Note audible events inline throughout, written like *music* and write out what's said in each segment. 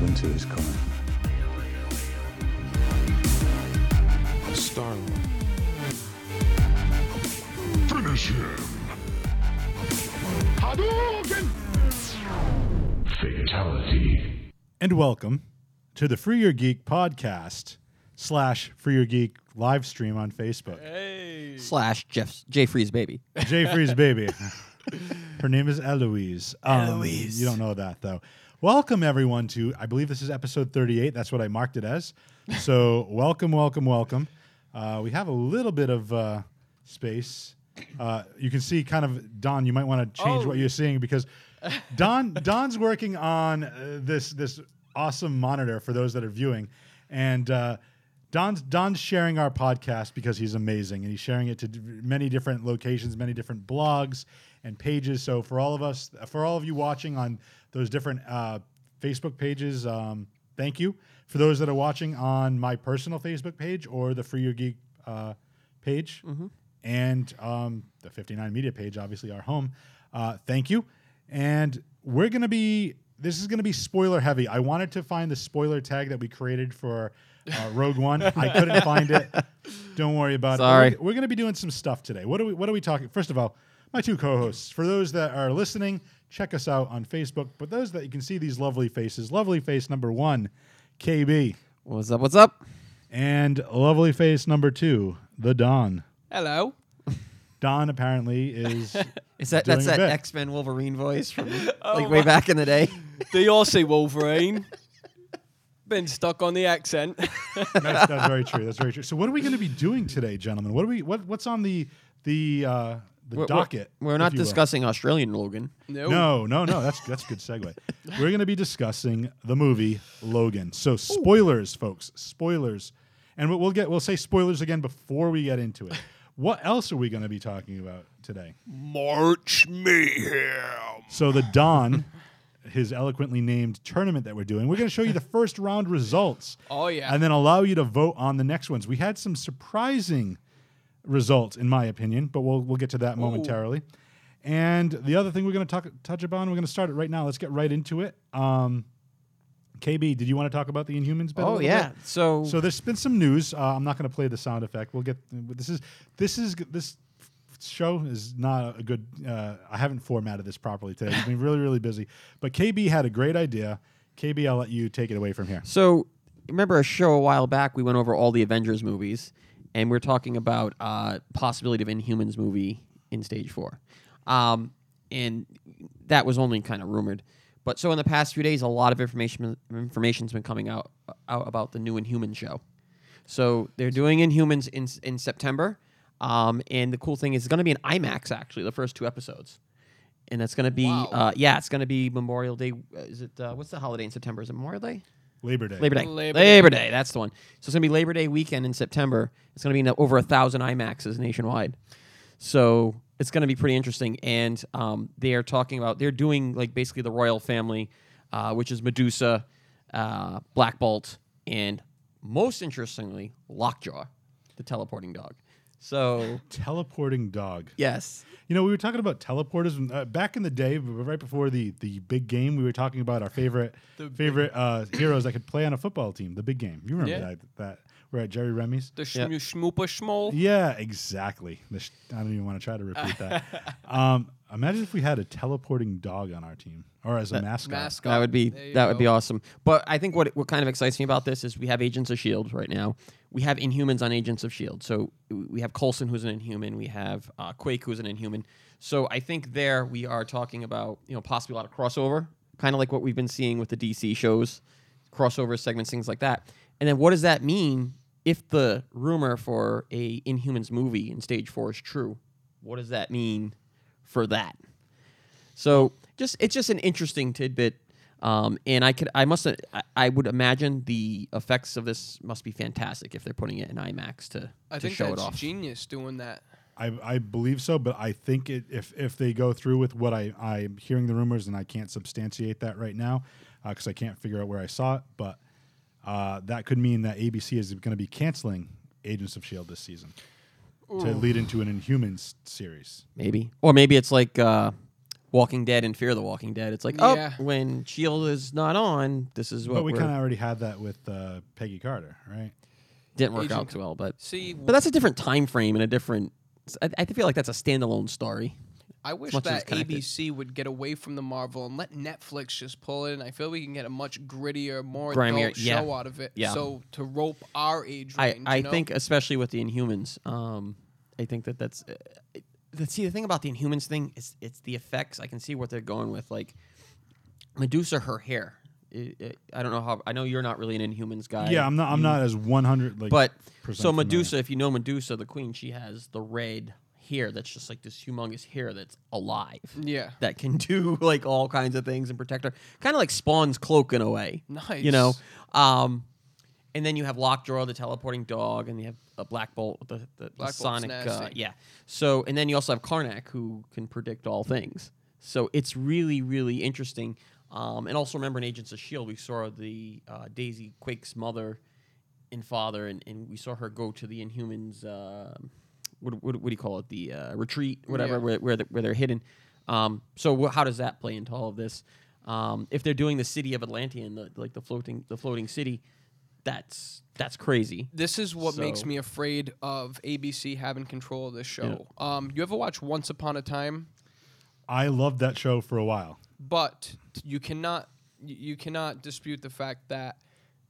Winter is coming. Star Lord. Finish him! Hadouken! Fatality. and welcome to the Free Your Geek podcast slash Free Your Geek live stream on Facebook. slash Jeff's Jay Freeze baby. Jay Free's baby. Her name is Eloise. Um, Eloise. You don't know that though. Welcome everyone to I believe this is episode 38. That's what I marked it as. So *laughs* welcome, welcome, welcome. Uh, we have a little bit of uh, space. Uh, you can see kind of Don. You might want to change what you're seeing because Don Don's working on uh, this this awesome monitor for those that are viewing, and uh, Don's Don's sharing our podcast because he's amazing, and he's sharing it to d- many different locations, many different blogs and pages. So for all of us, for all of you watching on those different uh, Facebook pages, um, thank you. For those that are watching on my personal Facebook page or the Free Your Geek uh, page, and um, the 59 Media page, obviously our home, uh, thank you. And we're gonna be this is going to be spoiler heavy. I wanted to find the spoiler tag that we created for uh, Rogue One. I couldn't find it. Don't worry about Sorry. it. We're, going to be doing some stuff today. What are we? What are we talking? First of all, my two co-hosts. For those that are listening, check us out on Facebook. But those that you can see these lovely faces, lovely face number one, KB, What's up? What's up? and lovely face number two, the Don. Hello. Don apparently is *laughs* Is that Doing that's a that bit. X Men Wolverine voice from like way back in the *laughs* day? Do you all see Wolverine? Been stuck on the accent. that's, that's very true. That's very true. So what are we going to be doing today, gentlemen? What are we? What, what's on the the uh, We're- the we're- docket? We're, if not you will? discussing Australian Logan. No, no, no. That's that's a *laughs* good segue. We're going to be discussing the movie Logan. So spoilers, folks. Spoilers, and we'll, we'll get we'll say spoilers again before we get into *laughs* it. What else are we going to be talking about today? March Mayhem. So the Don, his eloquently named tournament that we're doing, we're going to show you the first round results. *laughs* Oh, yeah. and then allow you to vote on the next ones. We had some surprising results, in my opinion, but we'll we'll get to that momentarily. And the other thing we're going to talk touch upon, we're going to start it right now. Let's get right into it. Um, KB, did you want to talk about the Inhumans? Bit a Oh little yeah. bit? So, So there's been some news. Uh, I'm not going to play the sound effect. We'll get this is this is this show is not a good. Uh, I haven't formatted this properly today. I've been really really busy. But KB had a great idea. KB, I'll let you take it away from here. so remember a show a while back we went over all the Avengers movies, and we are talking about uh, possibility of Inhumans movie in stage four, um, and that was only kind of rumored. But so in the past few days, a lot of information information's been coming out, out about the new Inhuman show. So they're doing Inhumans in in September, um, and the cool thing is it's going to be in IMAX actually the first two episodes, and it's going to be uh, yeah it's going to be Memorial Day. uh, Is it uh, what's the holiday in September? Is it Memorial Day? Labor Day. Labor Day. Labor Labor, Day. Day. That's the one. So it's gonna be Labor Day weekend in September. It's gonna be in over a thousand IMAXs nationwide. So it's gonna be pretty interesting. And um, they are talking about they're doing like basically the royal family, uh, which is Medusa, uh, Black Bolt, and most interestingly, Lockjaw, the teleporting dog. So Teleporting dog. yes, You know, we were talking about teleporters and, uh, back in the day, b- right before the the big game. We were talking about our favorite favorite uh, heroes that could play on a football team. The big game. You remember Yeah. that? That we're at Jerry Remy's. The shmoo schmoopa schmoll. Yeah, exactly. The sh- I don't even want to try to repeat that. *laughs* um, imagine if we had a teleporting dog on our team or as a mascot. mascot. that would be There you that would be go. awesome. But I think what what kind of excites me about this is we have Agents of Shield E right now. We have Inhumans on Agents of Shield. E So we have Coulson, who's an Inhuman. We have uh, Quake, who's an Inhuman. So I think there we are talking about you know possibly a lot of crossover, kind of like what we've been seeing with the DC shows, crossover segments, things like that. And then what does that mean if the rumor for a Inhumans movie in Stage Four is true? What does that mean for that? So just it's just an interesting tidbit, um, and I could I must I, I would imagine the effects of this must be fantastic if they're putting it in IMAX to, I to think show it that's off. genius doing that. I, I believe so, but I think it, if if they go through with what I I'm hearing the rumors, and I can't substantiate that right now because I can't figure out where I saw it, but uh, that could mean that ABC is going to be canceling Agents of Shield E this season to lead into an Inhumans series. maybe or maybe it's like uh, Walking Dead and Fear the Walking Dead. It's like, oh, Yeah. when Shield is not on, this is what But we we're- kind of already had that with uh, Peggy Carter, right? didn't work out Agent- too well. But See, but that's a different time frame and a different. I, I feel like that's a standalone story. I wish much as that it's connected. ABC would get away from the Marvel and let Netflix just pull in. I feel we can get a much grittier, more Grimier, adult yeah. show out of it. Yeah. So to rope our age I, range, I you know? think especially with the Inhumans, um, I think that that's. Uh, it- the, see, the thing about the Inhumans thing is it's the effects. I can see what they're going with. Like Medusa, her hair. It- it- I don't know how. I know you're not really an Inhumans guy. yeah, I'm not. I'm not as 100. Like, But percent so familiar. Medusa, if you know Medusa, the queen, she has the red hair that's just like this humongous hair that's alive. Yeah. That can *laughs* do like all kinds of things and protect her. Kind of like Spawn's cloak in a way. You know? Um and then you have Lockjaw, the teleporting dog, and you have a Black Bolt, the, the, the Bolt's Sonic. Uh, nasty. yeah. So, and then you also have Karnak, who can predict all things. So it's really, really interesting. Um, and also remember in Agents of S.H.I.E.L.D., E we saw the uh, Daisy Quake's mother and father, and, and we saw her go to the Inhumans, uh, what, what, what do you call it? The uh, retreat, whatever, Yeah. where, where, the, where they're hidden. Um, so wh- how does that play into all of this? Um, if they're doing the city of Atlantean, the, like the floating, the floating city, that's that's crazy. This is what makes So- me afraid of ABC having control of this show. Um, you ever watch Once Upon a Time? I loved that show for a while. but you cannot y- you cannot dispute the fact that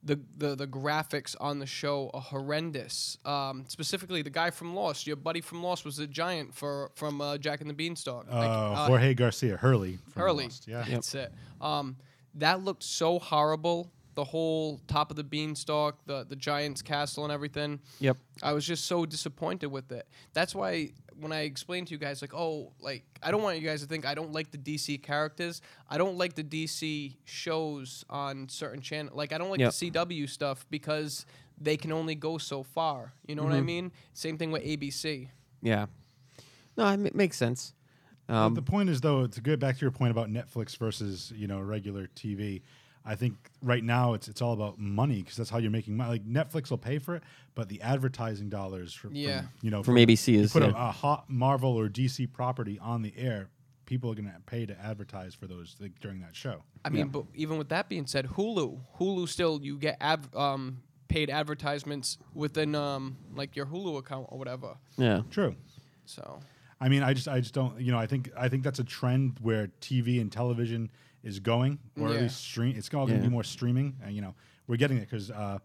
the the, the graphics on the show are horrendous. Um, specifically, the guy from Lost, your buddy from Lost, was a giant for from uh, Jack and the Beanstalk. Uh, Jorge Garcia Hurley. from Hurley. Lost, Yeah. That's it. Um, that looked so horrible. The whole top of the beanstalk, the the giant's castle, and everything. Yep. I was just so disappointed with it. That's why when I explained to you guys, like, oh, like I don't want you guys to think I don't like the DC characters. I don't like the DC shows on certain channel. Like I don't like Yep. the CW stuff because they can only go so far. You know what I mean? Same thing with ABC. Yeah. No, it ma- makes sense. Um, the point is though to get back to your point about netflix versus you know regular tv i think right now it's it's all about money because that's how you're making money like netflix will pay for it but the advertising dollars for Yeah. from, you know From for- ABC you is put a, yeah. a hot marvel or dc property on the air people are going to pay to advertise for those like, during that show I mean, but even with that being said, Hulu, Hulu still you get ad, um, paid advertisements within um, like your Hulu account or whatever. yeah. true So I mean, I just, I just don't, you know, I think, I think that's a trend where TV and television is going, or at Yeah. least stream. It's all going to Yeah. be more streaming, and you know, we're getting it because uh,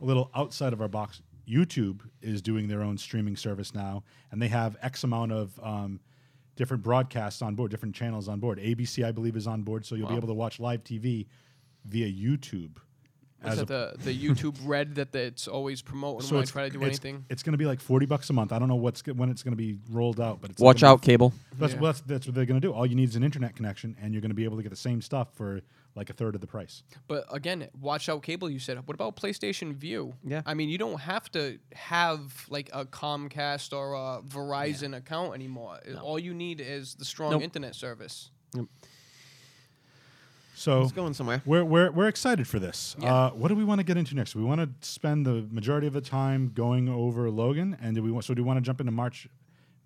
a little outside of our box, YouTube is doing their own streaming service now, and they have X amount of um, different broadcasts on board, different channels on board. ABC, I believe, is on board, so you'll be able to watch live TV via YouTube. is that the the YouTube *laughs* red that the, it's always promoting when I try to do it's, anything? It's going to be like forty bucks a month. I don't know what's go- when it's going to be rolled out, but it's like Watch gonna out, be cable. That's, Yeah. well, that's that's what they're going to do. All you need is an internet connection, and you're going to be able to get the same stuff for like a third of the price. But again, watch out cable. You said. What about PlayStation View? Yeah. I mean, you don't have to have like a Comcast or a Verizon account anymore. I- All you need is the strong Nope. internet service. So It's going somewhere. we're we're we're excited for this. Yeah. Uh, what do we want to get into next? We want to spend the majority of the time going over Logan, and do we want? So do we want to jump into March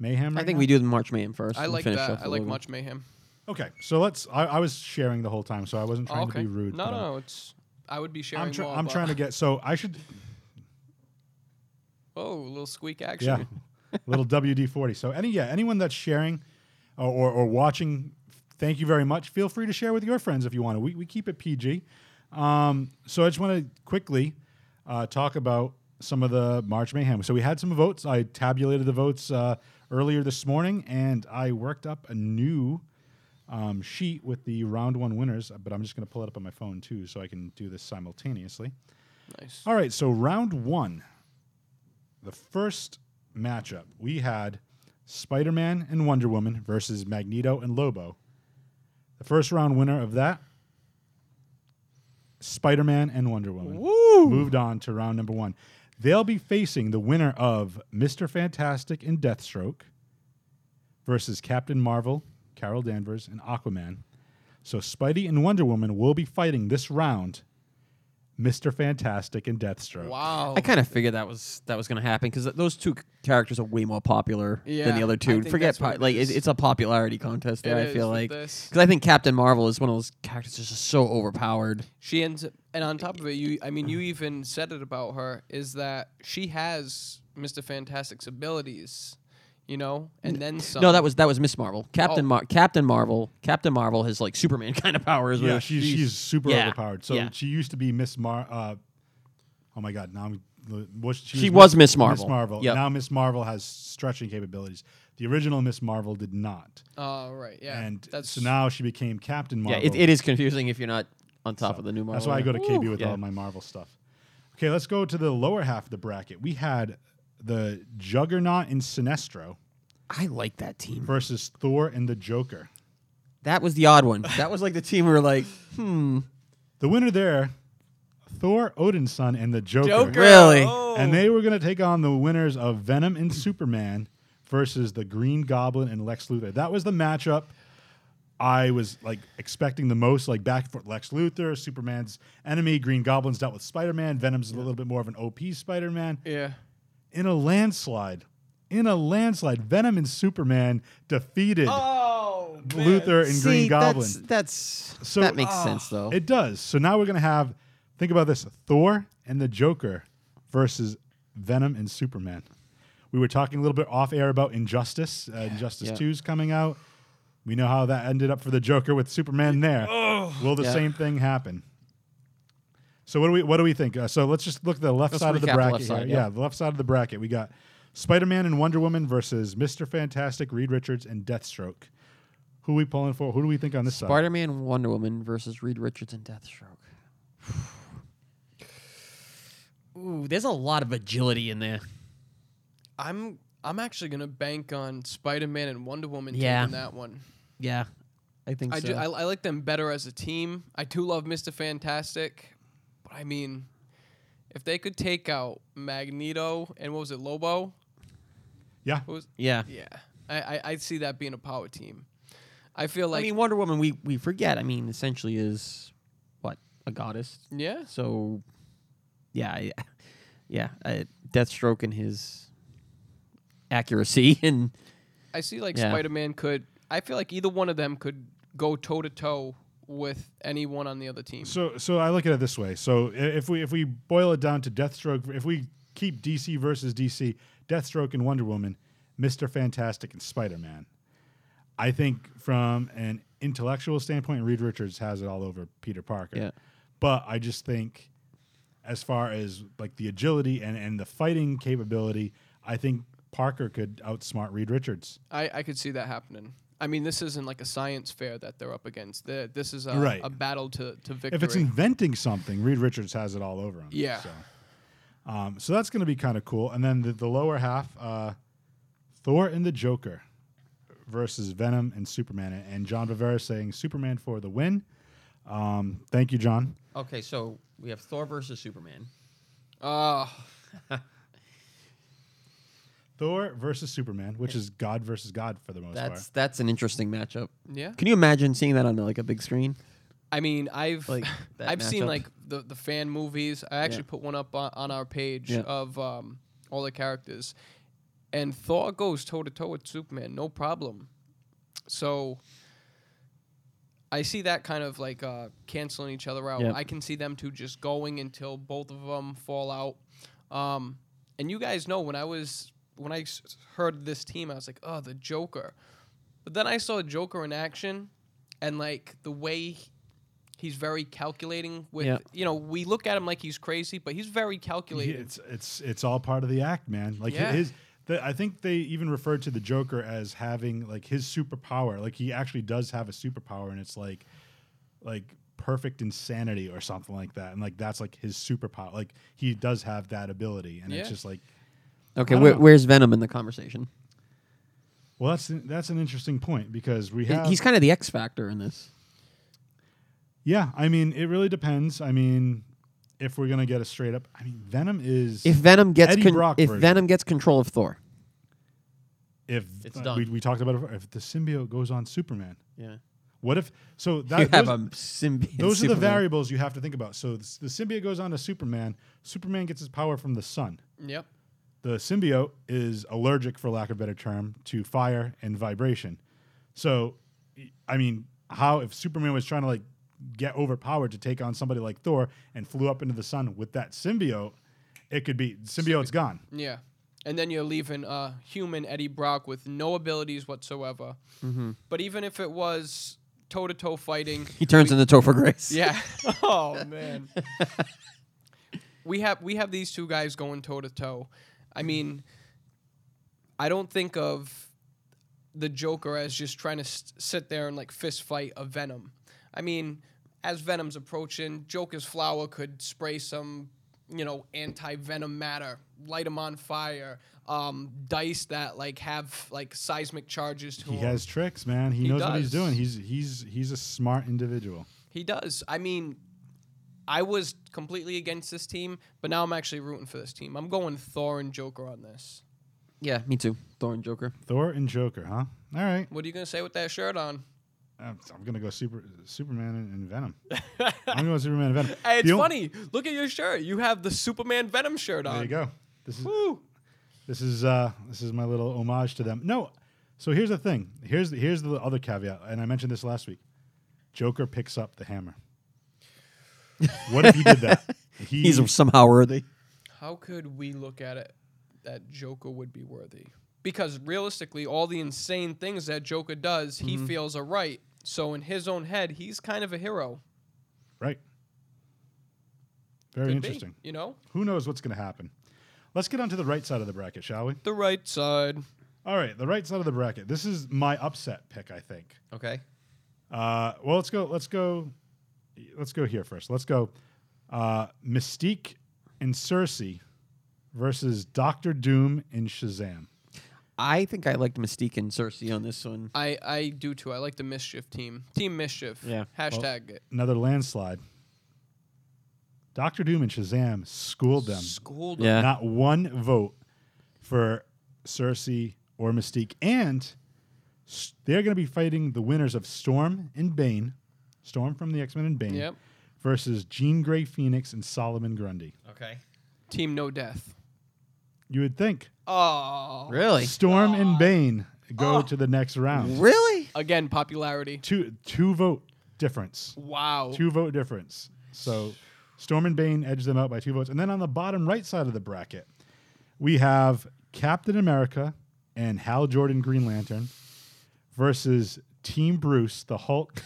Mayhem? I right think now? we do the March Mayhem first. I and like finish that. off I the like Logan. Much Mayhem. Okay, so let's. I, I was sharing the whole time, so I wasn't trying Oh, okay. to be rude. No, but I'm- no, it's. I would be sharing I'm, try- more. I'm but- trying to get. So I should. *laughs* Oh, a little squeak action. Yeah, little WD forty. So any yeah, anyone that's sharing or, or or watching, thank you very much. Feel free to share with your friends if you want to. We we keep it PG. Um, so I just want to quickly uh, talk about some of the March Mayhem. So we had some votes. I tabulated the votes uh, earlier this morning, and I worked up a new um, sheet with the round one winners. But I'm just going to pull it up on my phone too, so I can do this simultaneously. Nice. All right, so round one, the first matchup, we had Spider Man and Wonder Woman versus Magneto and Lobo. The first round winner of that, Spider Man and Wonder Woman. Moved on to round number one. They'll be facing the winner of Mr. Fantastic and Deathstroke versus Captain Marvel, Carol Danvers, and Aquaman. So Spidey and Wonder Woman will be fighting this round Mister Fantastic, and Deathstroke. Wow. I kind of figured that was that was going to happen because those two c- characters are way more popular than Yeah, the other I two. think Forget that's what po- it like is. it, it's a popularity contest. There, It I feel is like with this. because I think Captain Marvel is one of those characters that's just so overpowered. she ends up, and on top of it, you I mean, you even said it about her is that she has Mister Fantastic's abilities, you know, and then some. No, that was that was Miss Marvel. Captain Oh. Mar- Captain Marvel. Captain Marvel has like Superman *laughs* kind of powers. Yeah, where she's she's super yeah, overpowered. So yeah. she used to be Miss Mar. Uh, oh my God! Now I'm, was she, She was Miss Marvel. Miss Marvel. Yep. Now Miss Marvel has stretching capabilities. The original Miss Marvel did not, Oh right, yeah. and that's so now she became Captain yeah. Marvel. It, it is confusing if you're not on top of the new Marvel. That's why I go to Ooh, KB with yeah. all my Marvel stuff. Okay, let's go to the lower half of the bracket. We had the Juggernaut and Sinestro I like that team. versus Thor and the Joker. That was the odd one. That was like the team we were like, hmm. The winner there, Thor, Odin's son, and the Joker. Joker. Really? *laughs* oh. And they were going to take on the winners of Venom and Superman versus the Green Goblin and Lex Luthor. That was the matchup I was like expecting the most, like back for Lex Luthor, Superman's enemy, Green Goblin's dealt with Spider-Man, Venom's a little bit more of an OP Spider-Man. yeah. In a landslide, in a landslide, Venom and Superman defeated Oh, Luthor and Green See, Goblin. That's, that's So- that makes Ah. sense though. It does. So now we're going to have think about this, Thor and the Joker versus Venom and Superman. We were talking a little bit off air about Injustice. Uh, Injustice Yeah. 2's coming out. We know how that ended up for the Joker with Superman there. Will the Oh, Yeah. same thing happen? So what do we what do we think? Uh, so let's just look at the left Let's side of the recap the bracket. left here. side, yeah. yeah. the left side of the bracket. We got Spider-Man and Wonder Woman versus Mr. Fantastic, Reed Richards, and Deathstroke. Who we pulling for? Who do we think on this side? Spider-Man, Wonder Woman versus Reed Richards and Deathstroke. Ooh, there's a lot of agility in there. I'm I'm actually gonna bank on Spider-Man and Wonder Woman Yeah. taking that one. Yeah, I think I, so. do, I, I like them better as a team. I do love Mr. Fantastic, but I mean, if they could take out Magneto and what was it, Lobo? Yeah. What was, yeah. yeah, I, I I see that being a power team. I feel I like mean, Wonder Woman, we, we forget. I mean, essentially is what a goddess. yeah, So, yeah, I- *laughs* yeah. Uh, Deathstroke and his accuracy *laughs* and I see like Yeah. Spider-Man could. I feel like either one of them could go toe to toe with anyone on the other team. So, so I look at it this way. So, i- if we if we boil it down to Deathstroke, if we keep DC versus DC, Deathstroke and Wonder Woman, Mister Fantastic and Spider Man. I think from an intellectual standpoint, Reed Richards has it all over Peter Parker. Yeah. But I just think, as far as like the agility and and the fighting capability, I think Parker could outsmart Reed Richards. I, I could see that happening. I mean, this isn't like a science fair that they're up against. they this is a, Right. a battle to, to victory. If it's inventing something, Reed Richards has it all over him. Yeah. So, um, so that's going to be kind of cool. And then the, the lower half, uh, Thor and the Joker versus Venom and Superman. And- And John Bavera saying Superman for the win. Um, thank you, John. Okay, so we have Thor versus Superman. Ah, Thor versus Superman, which is God versus God for the most That's that's an interesting matchup. yeah. Can you imagine seeing that on like a big screen? I mean, I've *laughs* Like, that I've seen matchup. like the, the fan movies. I actually put one up on, on our page Yeah. of um, all the characters, and Thor goes toe to toe with Superman, no problem. So I see that kind of like uh, canceling each other out. Yep. I can see them two just going until both of them fall out. Um, and you guys know when I was when I s- heard this team, I was like, oh, the Joker. But then I saw Joker in action, and like the way he's very calculating with Yeah. you know we look at him like he's crazy, but he's part. very He- calculated. It's it's it's all part of the act, man. Like Yeah. his, the, I think they even referred to the Joker as having like his superpower. Like he actually does have a superpower, and it's like like perfect insanity or something like that. And like that's like his superpower. Like he does have that ability, and it's Yeah. just like Okay, I don't where, know. where's Venom in the conversation? well, that's that's an interesting point because we have He's kind of the X factor in this. yeah. I mean, it really depends. I mean, if we're gonna get a straight up, I mean, Venom is If Venom gets Eddie con- Brock if version. Venom gets control of Thor, if It's done. We, we talked about it, before, if the symbiote goes on Superman. yeah, What if so? Uh, That, You have those- a symbiote. those are the Superman. variables you have to think about. So the, the symbiote goes on to Superman. Superman gets his power from the sun. Yep. The symbiote is allergic, for lack of a better term, to fire and vibration. So, I mean, how if Superman was trying to like get overpowered to take on somebody like Thor and flew up into the sun with that symbiote, it could be symbiote's gone. Yeah. And then you're leaving uh, human Eddie Brock with no abilities whatsoever. Mm-hmm. But even if it was toe to toe fighting, He turns into Topher Grace. yeah. *laughs* oh man. we have we have these two guys going toe to toe. I Mm-hmm. mean, I don't think of the Joker as just trying to s sit there and like fist fight a Venom. I mean, as Venom's approaching, Joker's flower could spray some, you know, anti-venom matter, light him on fire, um, dice that like have like seismic charges to He 'em. has tricks, man. He, He knows what he's does. doing. He's he's he's a smart individual. He does. I mean, I was completely against this team, but now I'm actually rooting for this team. I'm going Thor and Joker on this. Yeah, me too. Thor and Joker. Thor and Joker, huh? All right, What are you gonna say with that shirt on? I'm, I'm gonna go super Superman and, and Venom. *laughs* I'm going Superman and Venom. Hey, it's The on- funny. Look at your shirt. You have the Superman Venom shirt on. There you go. This is Woo. This is uh, this is my little homage to them. No, so here's the thing. Here's the, here's the other caveat, and I mentioned this last week. Joker picks up the hammer. what if he did that? *laughs* He, He's somehow worthy. How could we look at it that Joker would be worthy? Because realistically, all the insane things that Joker does, he Mm-hmm. feels are right. So in his own head, he's kind of a hero. *laughs* right. Very Could be, interesting. you know, Who knows what's going to happen? Let's get onto the right side of the bracket, shall we? the right side. All right, the right side of the bracket. This is my upset pick, I think. Okay. Uh, well, let's go. Let's go. Let's go here first. Let's go. Uh, Mystique and Cersei versus Doctor Doom and Shazam. I think I liked Mystique and Cersei on this one. I, I do too. I like the mischief team. Team mischief. Yeah. Hashtag it. Another landslide. Doctor Doom and Shazam schooled them. Schooled Yeah. Not one vote for Cersei or Mystique, and s- they're going to be fighting the winners of Storm and Bane, Storm from the X Men and Bane, Yep. versus Jean Grey Phoenix and Solomon Grundy. Okay. Team No Death. You would think Oh. Really? Storm and Bane go to the next round. Really? Again, popularity. Two two vote difference. Wow. Two vote difference. So Storm and Bane edge them out by two votes. And then on the bottom right side of the bracket, we have Captain America and Hal Jordan Green Lantern versus Team Bruce, the Hulk,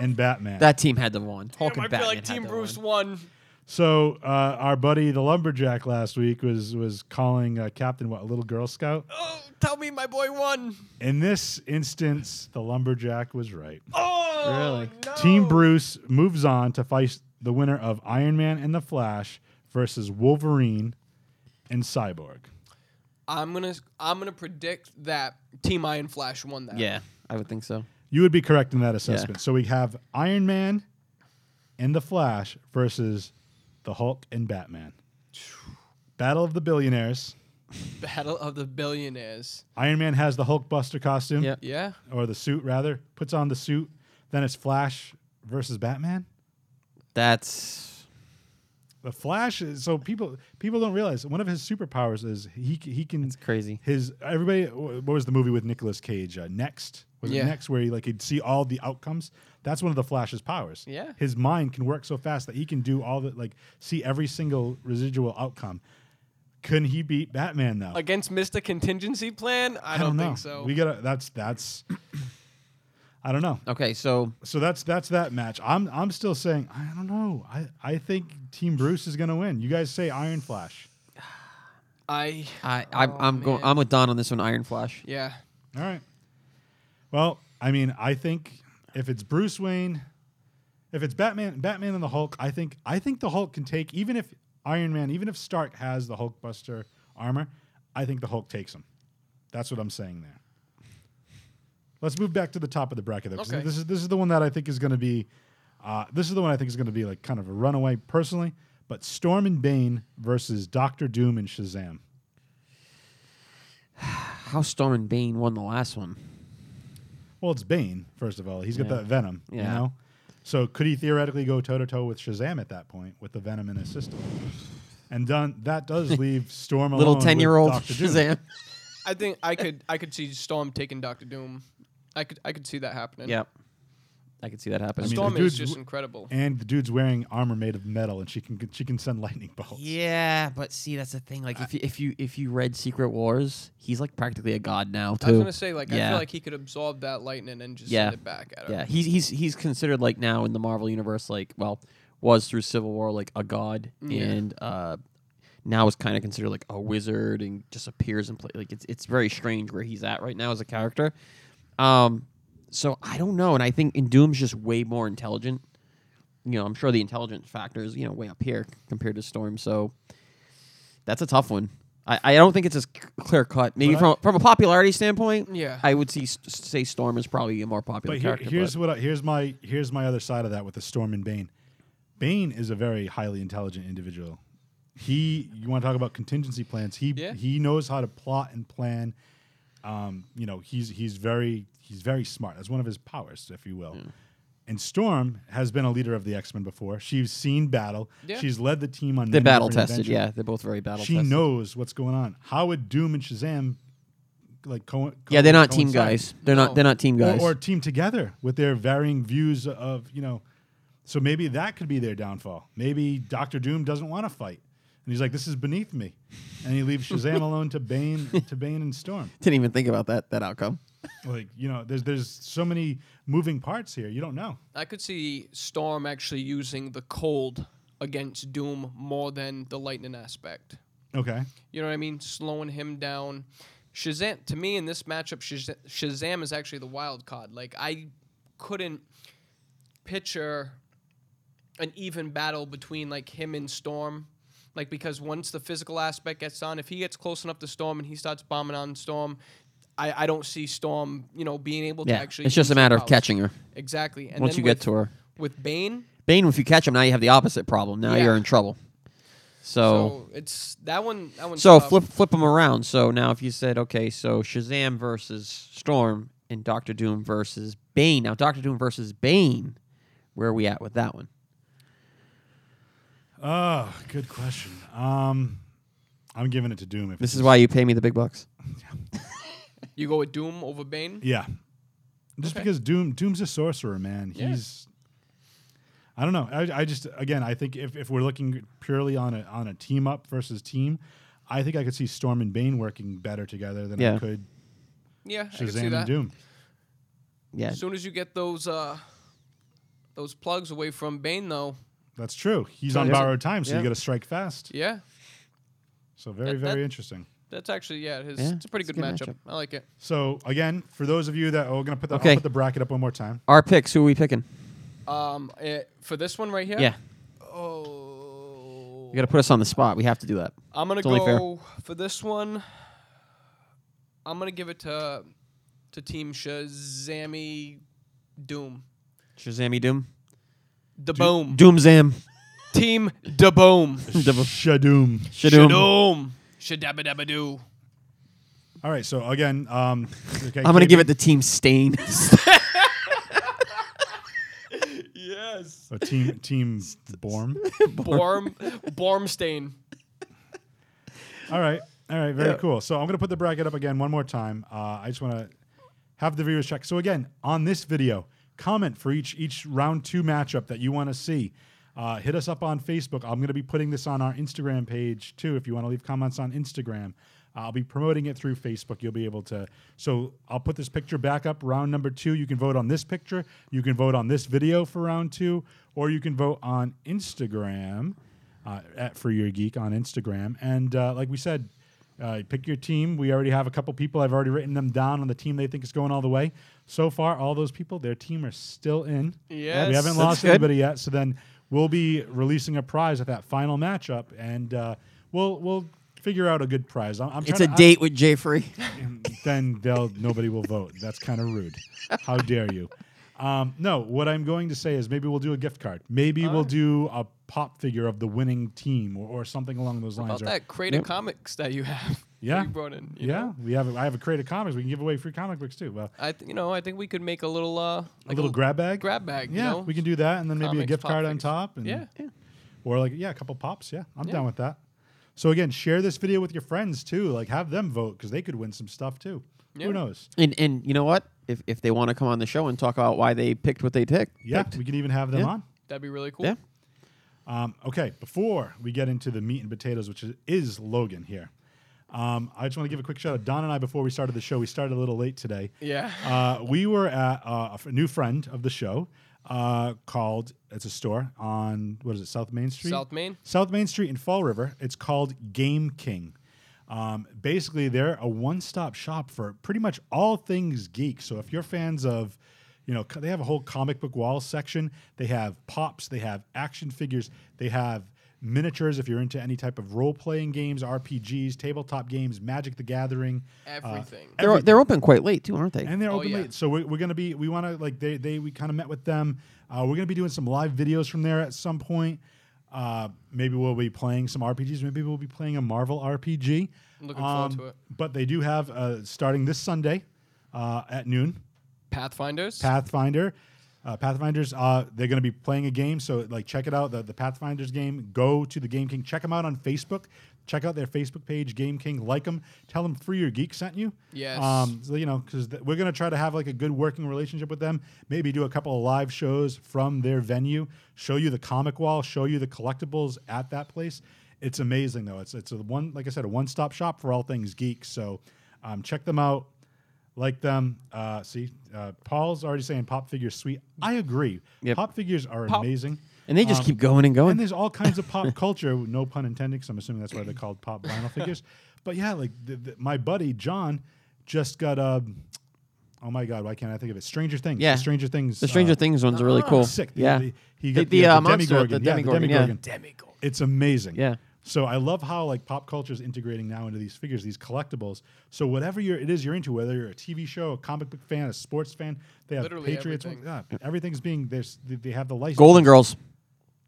and Batman. That team had the one. Hulk Damn, I and Batman feel like had Team the Bruce one. won. so uh, our buddy the lumberjack last week was was calling uh, Captain what a little Girl Scout. Oh, tell me my boy won. In this instance, the lumberjack was right. Oh. Really? no. Team Bruce moves on to fight the winner of Iron Man and the Flash versus Wolverine and Cyborg. I'm gonna I'm gonna predict that Team Iron Flash won that. Yeah, I would think so. You would be correct in that assessment. So we have Iron Man and the Flash versus the Hulk and Batman. Battle of the Billionaires. *laughs* Battle of the Billionaires. Iron Man has the Hulk Buster costume, Yep. Yeah. or the suit rather, puts on the suit. Then it's Flash versus Batman. That's The Flash is so people people don't realize one of his superpowers is he c- he can it's crazy. his everybody wh- what was the movie with Nicolas Cage uh, next was Yeah. it next where he like he'd see all the outcomes that's one of the Flash's powers Yeah. his mind can work so fast that he can do all the like see every single residual outcome couldn't he beat Batman though Against Mr. Contingency Plan? I, don't, know think so. we gotta that's that's *coughs* I don't know Okay, so so that's that's that match I'm I'm still saying I don't know I I think Team Bruce is gonna win you guys say Iron Flash I I, I Oh, I'm going. man. I'm with Don on this one. Iron Flash. yeah. All right. Well, I mean, I think if it's Bruce Wayne, if it's Batman, Batman and the Hulk, I think I think the Hulk can take even if Iron Man, even if Stark has the Hulk Buster armor, I think the Hulk takes him. That's what I'm saying there. Let's move back to the top of the bracket though. 'cause Okay. This is this is the one that I think is going to be uh, this is the one I think is going to be like kind of a runaway personally, but Storm and Bane versus Doctor Doom and Shazam. How Storm and Bane won the last one. Well, it's Bane, first of all. He's got Yeah. that venom, you Yeah. know? So could he theoretically go toe to toe with Shazam at that point with the venom in his system? And done *laughs* that does leave Storm alone. Little Oh, with ten year old Dr. Doom. *laughs* Shazam. I think I could I could see Storm taking Doctor Doom. I could I could see that happening. Yep. I could see that happen. mean, Storm the is dude's just w- incredible. And the dude's wearing armor made of metal, and she can she can send lightning bolts. yeah, but see, that's the thing. Like, if you, if you if you read Secret Wars, he's like practically a god now too. I was gonna say like I Yeah. feel like he could absorb that lightning and just Yeah. send it back at her. yeah, he's he's he's considered like now in the Marvel universe, like well, was through Civil War like a god, and uh, now is kind of considered like a wizard and just appears and play. Like it's it's very strange where he's at right now as a character. Um, so I don't know, and I think and Doom's just way more intelligent. You know, I'm sure the intelligence factor is you know way up here compared to Storm. So that's a tough one. I, I don't think it's as clear cut. Maybe But I- from, from a popularity standpoint, Yeah. I would see s- say Storm is probably a more popular But here- character. here's what I, here's my here's my other side of that with the Storm and Bane. Bane is a very highly intelligent individual. He you want to talk about contingency plans. He Yeah. he knows how to plot and plan. Um, you know he's he's very he's very smart. That's one of his powers, if you will. Hmm. And Storm has been a leader of the X Men before. She's seen battle. Yeah. She's led the team on They're many battle different tested. adventures Yeah, they're both very battle she tested. knows what's going on. How would Doom and Shazam like co- yeah, they're not team coincide? guys. They're No. not. They're not team guys. Or, or team together with their varying views of you know. So maybe that could be their downfall. Maybe Doctor Doom doesn't want to fight, and he's like, "This is beneath me," and he *laughs* leaves Shazam alone to Bane, to Bane and Storm. Didn't even think about that that outcome. Like you know, there's there's so many moving parts here. You don't know. I could see Storm actually using the cold against Doom more than the lightning aspect. Okay, You know what I mean? Slowing him down. Shazam, to me, in this matchup, Shazam, Shazam is actually the wild card. Like, I couldn't picture an even battle between, like, him and Storm. Like, because once the physical aspect gets on, if he gets close enough to Storm and he starts bombing on Storm, I, I don't see Storm, you know, being able to Yeah, actually. it's just a use her matter of powers. catching her Exactly. And once then you with, get to her. With Bane, Bane, if you catch him now, you have the opposite problem. Now Yeah. you're in trouble. So, so um, it's that one. That uh, one. Oh. so, flip flip them around. So now, if you said okay, so Shazam versus Storm and Doctor Doom versus Bane. Now, Doctor Doom versus Bane. Where are we at with that one? oh, good question. Um, I'm giving it to Doom. If This it's- is why you pay me the big bucks. You go with Doom over Bane. Yeah. Just Okay. because Doom Doom's a sorcerer, man. Yeah. He's I don't know. I, I just again, I think if, if we're looking purely on a on a team up versus team, I think I could see Storm and Bane working better together than I Yeah. could Yeah, I can see Shazam that. and Doom. Yeah, As soon as you get those uh, those plugs away from Bane, though, That's true. He's So on there's a- borrowed time, so yeah. you got to strike fast. yeah, So very, That- that- very interesting. that's actually yeah, his, Yeah, it's a pretty it's a good, good matchup. matchup. I like it. So again, for those of you that oh, we're gonna put the I'll Okay. put the bracket up one more time. our picks. Who are we picking? Um, eh, for this one right here. yeah. Oh. You got to put us on the spot. We have to do that. I'm gonna it's only fair. go for this one. I'm gonna give it to to Team Shazammy Doom. Shazammy Doom. Da *laughs* boom. Doomzam. Team Da boom. Shadoom. Shadoom. Shadoom. Shadabba dabba doo. All right. So again, *laughs* um, okay, I'm gonna give KB it to Team Stain. *laughs* Yes. or team *laughs* team Borm. Borm Bormstein. All right. All right. Very cool. So I'm going to put the bracket up again one more time. Uh, I just want to have the viewers check. So again, on this video, comment for each each round two matchup that you want to see. Uh, hit us up on Facebook. I'm going to be putting this on our Instagram page too. If you want to leave comments on Instagram, Uh, I'll be promoting it through Facebook. You'll be able to. So I'll put this picture back up. Round number two, you can vote on this picture. You can vote on this video for round two, or you can vote on Instagram uh, at For Your Geek on Instagram. And uh, like we said, uh, pick your team. We already have a couple people. I've already written them down on the team they think is going all the way. So far, all those people, their team are still in. Yes. we haven't That's lost good. anybody yet. So then we'll be releasing a prize at that final matchup, and uh, we'll we'll figure out a good prize. I'm, I'm it's a trying to- date with Jeffrey. then they'll nobody will vote. That's kind of rude. *laughs* How dare you? Um, no, what I'm going to say is maybe we'll do a gift card. Maybe we'll do a pop figure of the winning team or, or something along those lines. About or- that crate of comics that you have. Yeah. you brought in. you yeah, know? we have. I have a crate of comics. We can give away free comic books too. Well, I th- you know I think we could make a little uh like a little grab bag. grab bag. yeah, you know? we can do that, and then maybe a Comics, gift pop card on things. top. And Yeah. or like yeah, a couple pops. Yeah, I'm Yeah. down with that. So again, share this video with your friends too. Like have them vote because they could win some stuff too. Yeah. Who knows? And and you know what? If if they want to come on the show and talk about why they picked what they picked, Yeah, picked, we can even have them Yeah. on. That'd be really cool. yeah. Um, okay, before we get into the meat and potatoes, which is, is Logan here, um, I just want to give a quick shout out. Don and I, before we started the show, we started a little late today. Yeah. Uh, we were at uh, a f- new friend of the show uh, called, it's a store on, what is it, South Main Street? South Main. South Main Street in Fall River. It's called Game King. Um, basically, they're a one-stop shop for pretty much all things geek. So if you're fans of, you know, co- they have a whole comic book wall section. They have pops. They have action figures. They have miniatures if you're into any type of role-playing games, RPGs, tabletop games, Magic the Gathering. uh, Everything. They're they're open quite late too, aren't they? And they're Oh, open yeah. late. So we're, we're going to be, we want to, like, they, they we kind of met with them. Uh, we're going to be doing some live videos from there at some point. Uh, maybe we'll be playing some RPGs. Maybe we'll be playing a Marvel RPG. I'm looking forward to it. Um, But they do have, uh, starting this Sunday uh, at noon, Pathfinders. Pathfinder. Uh, Pathfinders, uh, they're going to be playing a game, so like check it out. The, the Pathfinders game. Go to the Game King. Check them out on Facebook. Check out their Facebook page, Game King. Like them. Tell them Free Your Geek sent you. Yes. Um, so, you know, because th- we're going to try to have like a good working relationship with them. Maybe do a couple of live shows from their venue. Show you the comic wall. Show you the collectibles at that place. It's amazing though. It's it's a one like I said a one stop shop for all things geek. So um, check them out like them. Uh, see, uh, Paul's already saying pop figures sweet. I agree. Yep. Pop figures are amazing. And they just keep going and going. um, And there's all kinds of *laughs* pop culture, no pun intended, because I'm assuming that's why they're called pop vinyl figures. But yeah, like the, the, my buddy John just got Um, oh my God, why can't I think of it? Stranger Things. the Yeah. Stranger Things. the Stranger uh, Things ones are really cool. Sick. The- yeah. the- he The- got the, yeah, uh, monster, Demigorgon. the yeah, Demigorgon, yeah. Demigorgon. It's amazing. Yeah. So I love how like pop culture is integrating now into these figures, these collectibles. So whatever you're, it is you're into, whether you're a TV show, a comic book fan, a sports fan, they have Literally Patriots. everything. yeah, everything's being there's they- they have the license. Golden Girls. *laughs*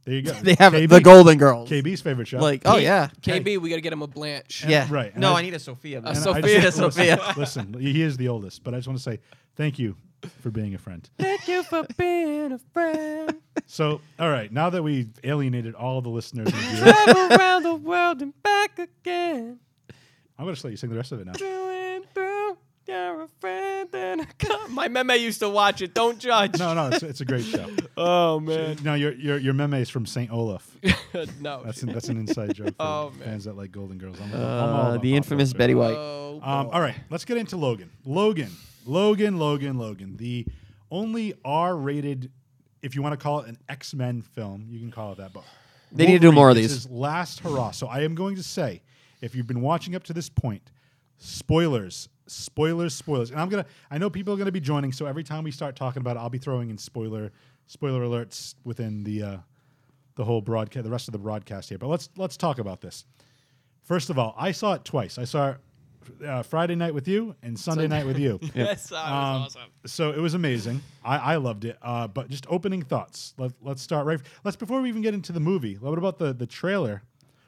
There you go. They have KB the Golden Girls. KB's favorite show. Like, oh yeah. KB, we gotta get him a Blanche. Yeah. right, and No, I- I, need a Sophia. A man. And I Sophia, *laughs* just- Sophia. Listen, listen, he is the oldest, but I just want to say thank you for being a friend. Thank you for being a friend. *laughs* So, all right, now that we've alienated all the listeners, and viewers, around the world and back again. I'm going to just let you sing the rest of it now. Through and through, you're a friend and *laughs* a co- My meme used to watch it. Don't judge. No, no, it's, it's a great show. Oh man. No, your your your meme is from Saint Olaf. *laughs* no. That's an, that's an inside joke for Oh, man. fans that like Golden Girls. I'm, I'm all Uh, about the pop infamous culture. Betty White. Oh, Um, all right, let's get into Logan. Logan, Logan, Logan, Logan. The only R-rated, if you want to call it an X-Men film, you can call it that. But They need to do more of Wolverine, these. This is last hurrah. So I am going to say, if you've been watching up to this point, spoilers, spoilers, spoilers. And I'm gonna. I know people are gonna be joining, so every time we start talking about it, I'll be throwing in spoiler, spoiler alerts within the. Uh, the whole broadcast, the rest of the broadcast here, but let's let's talk about this. First of all, I saw it twice. I saw it uh, Friday night with you and Sunday night with you. That's Um, awesome. So it was amazing. I, I loved it. Uh, but just opening thoughts. Let, let's start right. Let's before we even get into the movie. What about the the trailer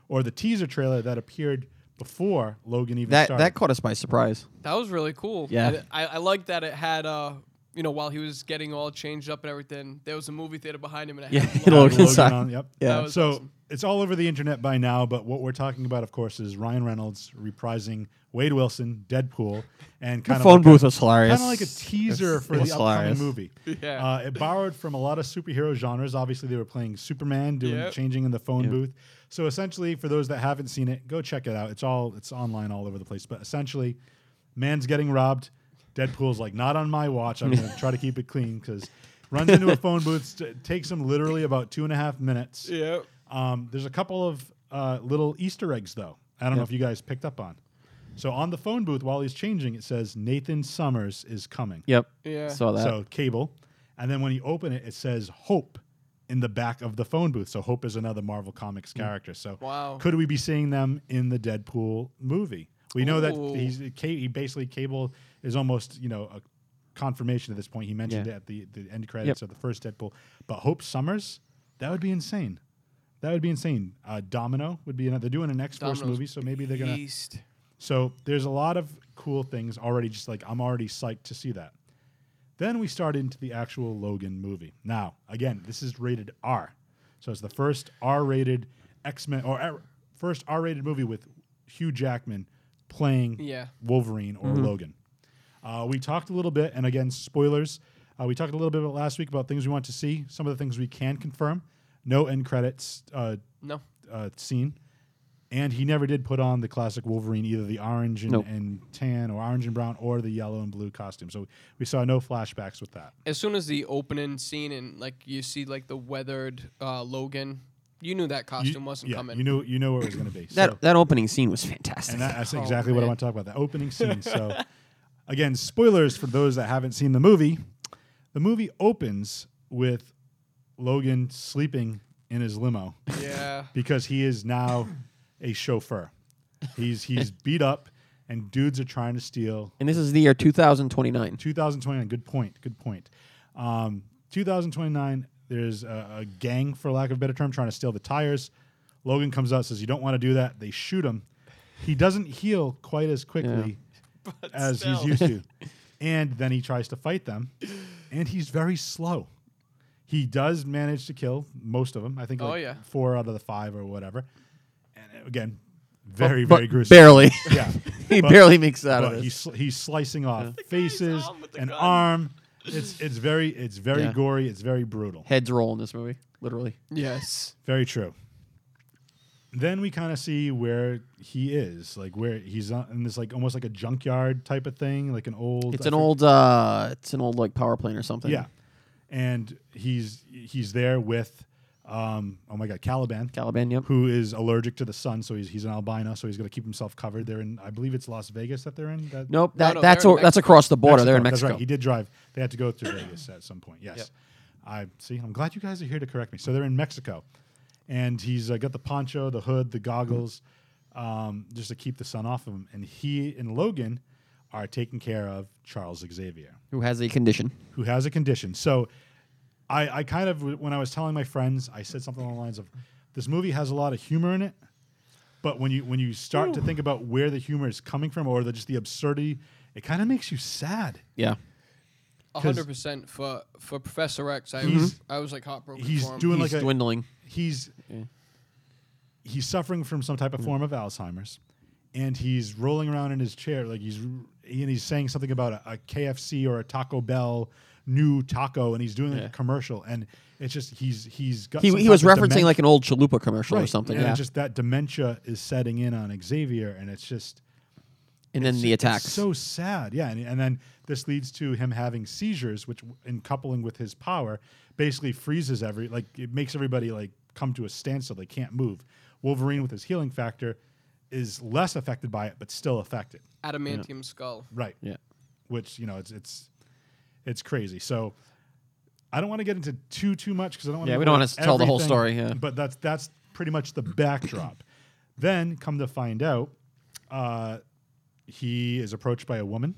or the teaser trailer that appeared before Logan even that started? that caught us by *laughs* surprise. That was really cool. Yeah. I, I like that it had uh you know, while he was getting all changed up and everything, there was a movie theater behind him and it Yeah, had it Logan. looked- Uh, Logan Sorry. on- yep. Yeah. That was So awesome. it's all over the internet by now. But what we're talking about, of course, is Ryan Reynolds reprising Wade Wilson, Deadpool, and kind of phone like a- booth was hilarious. Kind of like a teaser It's- for it the was hilarious. upcoming movie. *laughs* Yeah. Uh, it borrowed from a lot of superhero genres. Obviously, they were playing Superman, doing Yep. changing in the phone booth. So essentially, for those that haven't seen it, go check it out. It's all it's online all over the place. But essentially, man's getting robbed. Deadpool's like, not on my watch. I'm *laughs* gonna try to keep it clean because runs into a phone booth. St- takes him literally about two and a half minutes. *laughs* yeah. Um, there's a couple of uh, little Easter eggs, though. I don't know if you guys picked up on. So on the phone booth while he's changing, it says Nathan Summers is coming. Yep. Yeah. Saw that. So cable, and then when you open it, it says Hope in the back of the phone booth. So Hope is another Marvel Comics Mm. character. So Wow. could we be seeing them in the Deadpool movie? We know that Ooh. he's Ca- he basically cable is almost you know a confirmation at this point. He mentioned Yeah. it at the the end credits of the first Deadpool, but Hope Summers that would be insane. That would be insane. Uh, Domino would be another. They're doing an X Force Domino's movie, so maybe they're gonna Beast. So there's a lot of cool things already. Just like I'm already psyched to see that. Then we start into the actual Logan movie. Now, again, this is rated R, so it's the first R-rated X-Men or uh, first R-rated movie with Hugh Jackman playing Yeah. Wolverine or Logan. Uh, we talked a little bit, and again, spoilers. Uh, we talked a little bit about last week about things we want to see. Some of the things we can confirm. No end credits uh, No. uh, scene, and he never did put on the classic Wolverine, either the orange and, Nope. and tan, or orange and brown, or the yellow and blue costume. So we saw no flashbacks with that. As soon as the opening scene and like you see like the weathered uh, Logan, you knew that You- costume wasn't yeah, coming. You knew you know where it was *coughs* going to be. That So- that opening scene was fantastic. and that, that's Oh, exactly what I man. want to talk about. The opening scene. *laughs* So, again, spoilers for those that haven't seen the movie. The movie opens with Logan sleeping in his limo *laughs* yeah. because he is now a chauffeur. *laughs* He's he's beat up, and dudes are trying to steal and this is the year 2029. 2029. Good point. Good point. Um, 2029. There's a, a gang, for lack of a better term, trying to steal the tires. Logan comes out, says, "You don't want to do that." They shoot him. He doesn't heal quite as quickly as still. he's used *laughs* to, and then he tries to fight them, and he's very slow. He does manage to kill most of them. I think Oh, like yeah. four out of the five or whatever. And uh, again, very very But gruesome. *laughs* barely. Yeah. *laughs* he But- barely makes it out But of he's this. sl- he's slicing off faces, arm with the an gun. arm. It's it's very it's very Yeah. gory. It's very brutal. Heads roll in this movie, literally. Yes. Very true. Then we kind of see where he is, like where he's on, in this like almost like a junkyard type of thing, like an old. It's I an forget- old uh it's an old like power plane or something. Yeah, and he's he's there with, um, oh my god, Caliban, Caliban, yep. who is allergic to the sun, so he's he's an albino, so he's gonna keep himself covered. They're in, I believe it's Las Vegas that they're in. That, Nope, that, no, that's they're in o- that's Mexico. across the border. They're in That's Mexico. right. He did drive. They had to go to Vegas at some point. Yes. Yep. I see. I'm glad you guys are here to correct me. So they're in Mexico, and he's uh, got the poncho, the hood, the goggles, um, just to keep the sun off of him. And he and Logan are taking care of Charles Xavier Who has a condition? who has a condition. So I, I kind of, when I was telling my friends, I said something along the lines of, this movie has a lot of humor in it, but when you when you start to think about where the humor is coming from or the, just the absurdity, it kind of makes you sad. Yeah. A 'Cause- hundred percent for for Professor X. I He's- was I was like heartbroken. He's for him. doing He's like a, dwindling. he's he's suffering from some type of Mm. form of Alzheimer's, and he's rolling around in his chair like he's and he's saying something about a, a KFC or a Taco Bell new taco, and he's doing like Yeah. a commercial, and it's just he's he's got He, some he type was of referencing demen- like an old Chalupa commercial or Right, something. and Yeah. it's just that dementia is setting in on Xavier, and it's just and then the it's attacks. so sad, yeah, and, and then this leads to him having seizures, which in coupling with his power, basically freezes every like it makes everybody like come to a standstill. They can't move. Wolverine with his healing factor is less affected by it, but still affected. adamantium skull. Right. yeah. Which you know it's it's it's crazy. So I don't want to get into too too much because I don't want Yeah, we don't want wanna tell the whole story, yeah. But that's that's pretty much the backdrop. then come to find out, uh, he is approached by a woman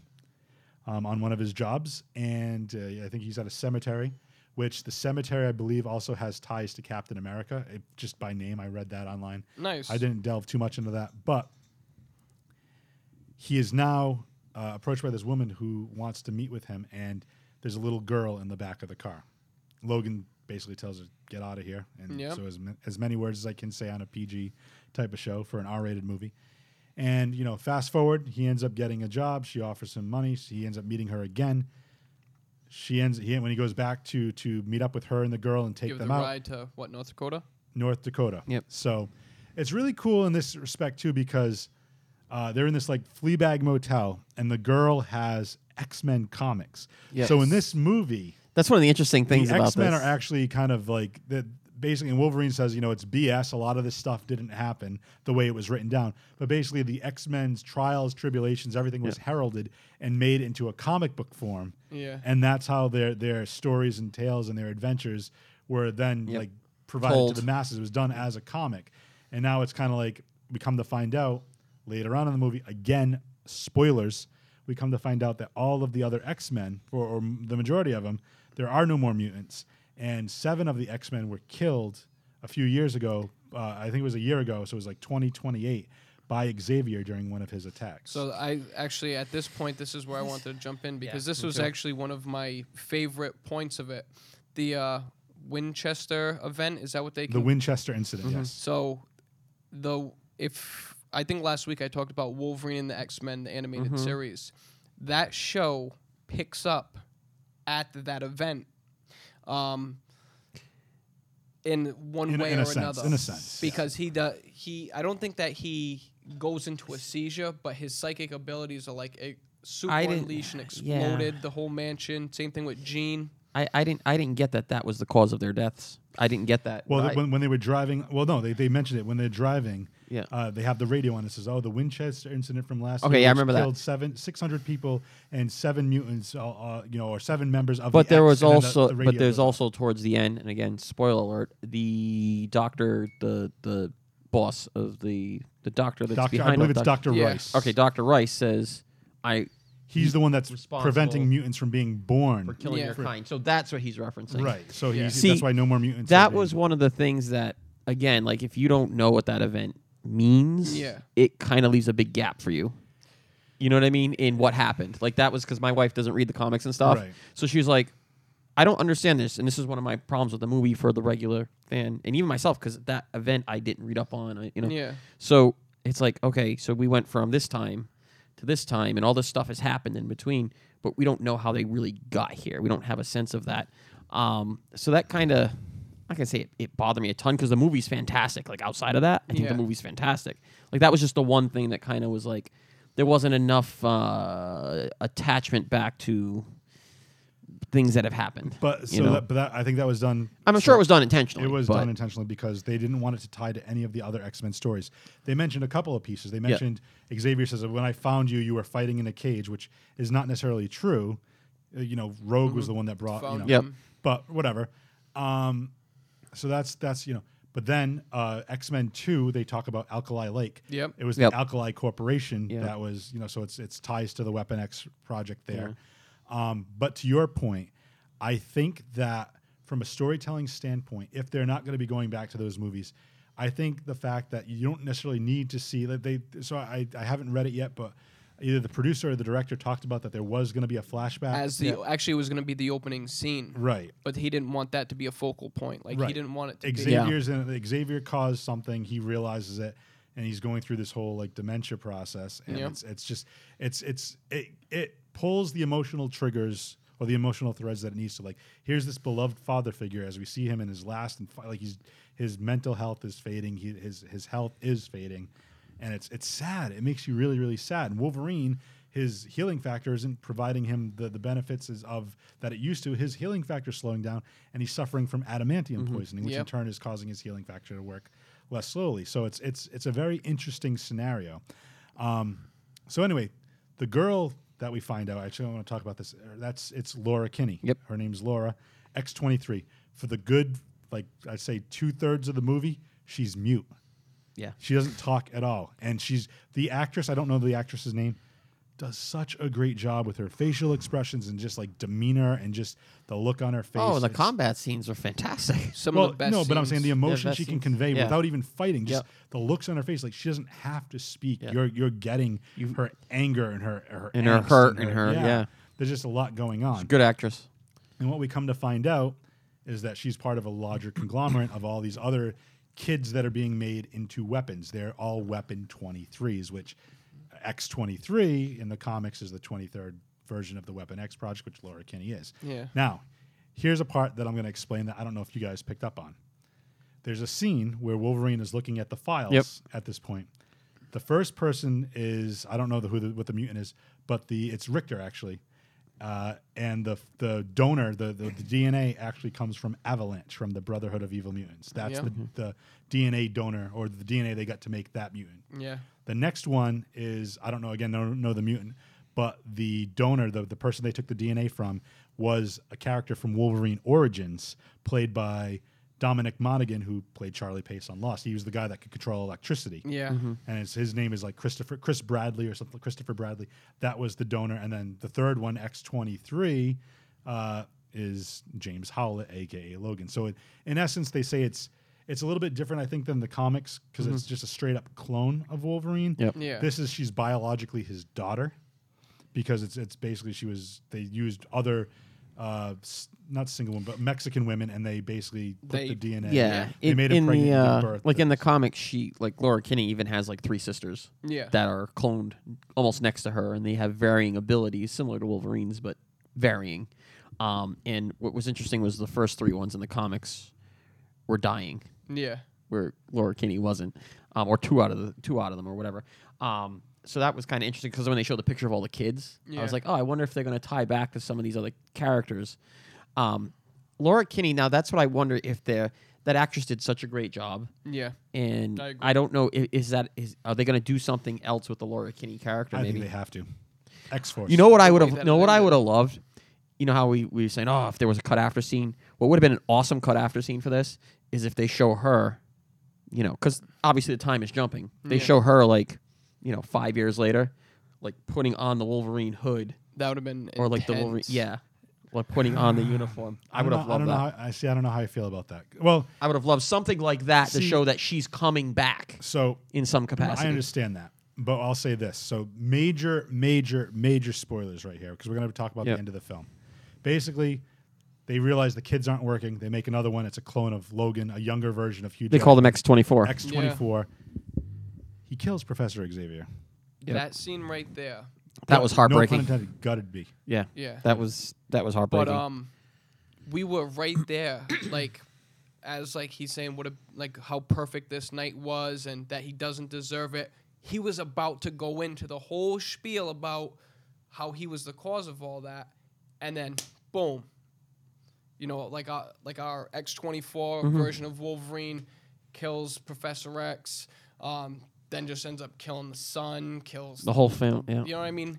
um, on one of his jobs, and uh, I think he's at a cemetery. Which the cemetery, I believe, also has ties to Captain America. It, just by name, I read that online. Nice. I didn't delve too much into that, but he is now uh, approached by this woman who wants to meet with him, and there's a little girl in the back of the car. Logan basically tells her, "Get out of here," and Yeah. so as ma- as many words as I can say on a PG type of show for an R-rated movie. And you know, fast forward, he ends up getting a job. She offers him money. He ends up meeting her again. She ends he, when he goes back to to meet up with her and the girl and take Give the them out. ride to what North Dakota? North Dakota. Yep. So it's really cool in this respect too because uh, they're in this like Fleabag motel, and the girl has X Men comics. Yes. So in this movie, That's one of the interesting things the about X Men this. are actually kind of like the basically. And Wolverine says, you know, it's BS. A lot of this stuff didn't happen the way it was written down. But basically, the X Men's trials, tribulations, everything was heralded and made into a comic book form. Yeah. And that's how their their stories and tales and their adventures were then Yep. like provided Told. to the masses. It was done as a comic, and now it's kind of like we come to find out later on in the movie. Again, spoilers. We come to find out that all of the other X Men, or, or the majority of them, there are no more mutants, and seven of the X Men were killed a few years ago. Uh, I think it was a year ago, so it was like 2028 by Xavier during one of his attacks. So I actually at this point this is where I wanted to jump in because this was actually one of my favorite points of it. The uh, Winchester event is that what they the can Winchester incident, yes. So the if I think last week I talked about Wolverine and the X Men the animated Mm-hmm. series, that show picks up at that event. Um, in one In a- way in a or sense, another, in a sense, yeah. because he does he. I don't think that he goes into a seizure, but his psychic abilities are like a super I didn't- unleashed and yeah. exploded the whole mansion. Same thing with Jean. I, I didn't I didn't get that that was the cause of their deaths. I didn't get that. Well, I- th- when, when they were driving, well, no, they, they mentioned it when they're driving. Yeah. Uh, they have the radio on. It says, "Oh, the Winchester incident from last Okay, year yeah, I which remember that. killed seven six hundred people and seven mutants, uh, uh, you know, or seven members of." but the there X," was and then the- also the but radio there's goes off. also towards the end and again spoiler alert the doctor the the boss of the the doctor that's Doctor. behind I believe all it's doc- Doctor Yeah. Rice. Okay, Doctor Rice says I he's the one that's Responsible preventing mutants from being born. for killing Yeah. your kind. So that's what he's referencing. Right. So Yeah. he's, See, that's why no more mutants. are That being was born. one of the things that again like if you don't know what that event means, Yeah. it kind of leaves a big gap for you. You know what I mean? In what happened. Like that was because my wife doesn't read the comics and stuff. Right. So she was like, I don't understand this. And this is one of my problems with the movie for the regular fan and even myself because that event I didn't read up on. I, you know. Yeah. So it's like, okay, so we went from this time to this time and all this stuff has happened in between, but we don't know how they really got here. We don't have a sense of that. Um, so that kind of, I can say it, it bothered me a ton because the movie's fantastic. Like outside of that, I think Yeah. the movie's fantastic. Like that was just the one thing that kind of was like, there wasn't enough uh, attachment back to things that have happened. But you so know? that, but that, I think that was done. I'm sure it was done intentionally. It was but done intentionally because they didn't want it to tie to any of the other X Men stories. They mentioned a couple of pieces. They mentioned Xavier says, "When I found you, you were fighting in a cage," which is not necessarily true. Uh, you know, Rogue was the one that brought. You Mm-hmm. Found know, Yep. But whatever. Um, so that's that's you know. But then uh, X Men Two, they talk about Alkali Lake. Yep. It was Yep. the Alkali Corporation Yeah. that was you know. So it's it's ties to the Weapon X project there. Um, but to your point, I think that from a storytelling standpoint, if they're not going to be going back to those movies, I think the fact that you don't necessarily need to see that they. So I, I haven't read it yet, but either the producer or the director talked about that there was going to be a flashback. As the actually it was going to be the opening scene. right. but he didn't want that to be a focal point. Like Right. he didn't want it to be. Xavier's in, Xavier caused something. He realizes it, and he's going through this whole like dementia process. And Yeah. it's it's just it's it's it it pulls the emotional triggers or the emotional threads that it needs to. Like here's this beloved father figure as we see him in his last and fi- like he's his mental health is fading. He, his his health is fading, and it's it's sad. It makes you really really sad. And Wolverine. His healing factor isn't providing him the, the benefits is of that it used to. His healing factor is slowing down, and he's suffering from adamantium poisoning, which in Mm-hmm. Yep. turn is causing his healing factor to work less slowly. So it's it's it's a very interesting scenario. Um, so anyway, the girl that we find out, actually, I want to talk about this. er, That's it's Laura Kinney. Yep. her name's Laura X twenty three. For the good, like I'd say, two thirds of the movie, she's mute. Yeah. She doesn't talk at all. And she's the actress, I don't know the actress's name, does such a great job with her facial expressions and just like demeanor and just the look on her face. Oh, and the It's- combat scenes are fantastic. *laughs* Some well, of the best. no, but I'm saying scenes. the emotion best she can scenes. convey Yeah. without even fighting, just Yep. the looks on her face, like she doesn't have to speak. Yeah. You're you're getting her anger and her her And her angst hurt and her- yeah. There's just a lot going on. Good actress. And what we come to find out is that she's part of a larger conglomerate of all these other kids that are being made into weapons. They're all weapon 23s, which X23 in the comics is the 23rd version of the Weapon X project, which Laura Kinney is. Yeah. Now, here's a part that I'm going to explain that I don't know if you guys picked up on. There's a scene where Wolverine is looking at the files Yep. at this point. The first person is I don't know the, who the, what the mutant is, but the it's Richter actually, uh, and the the donor the, the the DNA actually comes from Avalanche from the Brotherhood of Evil Mutants. That's Yeah. Mm-hmm. the, the DNA donor or the DNA they got to make that mutant. Yeah. The next one is I don't know again, don't know the mutant, but the donor, the, the person they took the DNA from, was a character from Wolverine Origins, played by Dominic Monaghan, who played Charlie Pace on Lost. He was the guy that could control electricity. Yeah. Mm-hmm. And it's, his name is like Christopher Chris Bradley or something. Christopher Bradley. That was the donor, and then the third one, X uh, twenty three, is James Howlett, aka Logan. So it, in essence, they say it's It's a little bit different, I think, than the comics because it's just a straight up clone of Wolverine. Mm-hmm. Yep. Yeah. This is she's biologically his daughter because it's it's basically she was they used other. Uh, s- not single women, but Mexican women, and they basically put They- the DNA. Yeah, they in, made it in pregnant the and uh, give birth like to in the this. comics, she like Laura Kinney even has like three sisters Yeah. that are cloned almost next to her, and they have varying abilities similar to Wolverine's, but varying. Um, and what was interesting was the first three ones in the comics were dying, yeah. where Laura Kinney wasn't, um, or two out of the two out of them or whatever. Um, so that was kind of interesting because when they showed the picture of all the kids, I Yeah. was like, oh, I wonder if they're going to tie back to some of these other characters. Um, Laura Kinney. Now that's what I wonder if they're that actress did such a great job Yeah. and Mm. I I, agree. don't know i- is that is are they going to do something else with the Laura Kinney character? I think maybe they have to. X Force. you know what I would that have know what I ended. would have loved. You know how we, we were saying, oh, if there was a cut after scene, what would have been an awesome cut after scene for this is if they show her, you know, because obviously the time is jumping. Mm, They Yeah. show her like, you know, five years later, like putting on the Wolverine hood That would have been or like the Wolverine, intense. yeah, like putting *sighs* on the uniform. I, would don't have know- I loved don't that. Know how, I see. I don't know how I feel about that. Well, I would have loved something like that to See- show that she's coming back so in some capacity. I understand that, but I'll say this: so major, major, major spoilers right here because we're going to talk about Yep. the end of the film. Basically, they realize the kids aren't working. They make another one. It's a clone of Logan, a younger version of Hugh. They call them X twenty four. X twenty four. He kills Professor Xavier. That scene right there. That was No heartbreaking. pun intended. Gutted me. yeah. Yeah. That was that was But heartbreaking. um, we were right there, *coughs* like, as like he's saying what a like how perfect this night was and that he doesn't deserve it. He was about to go into the whole spiel about how he was the cause of all that, and then boom, you know, like our like our X twenty four version of Wolverine kills Professor X, um, then just ends up killing the son, kills the whole film. Yeah. you know what I mean?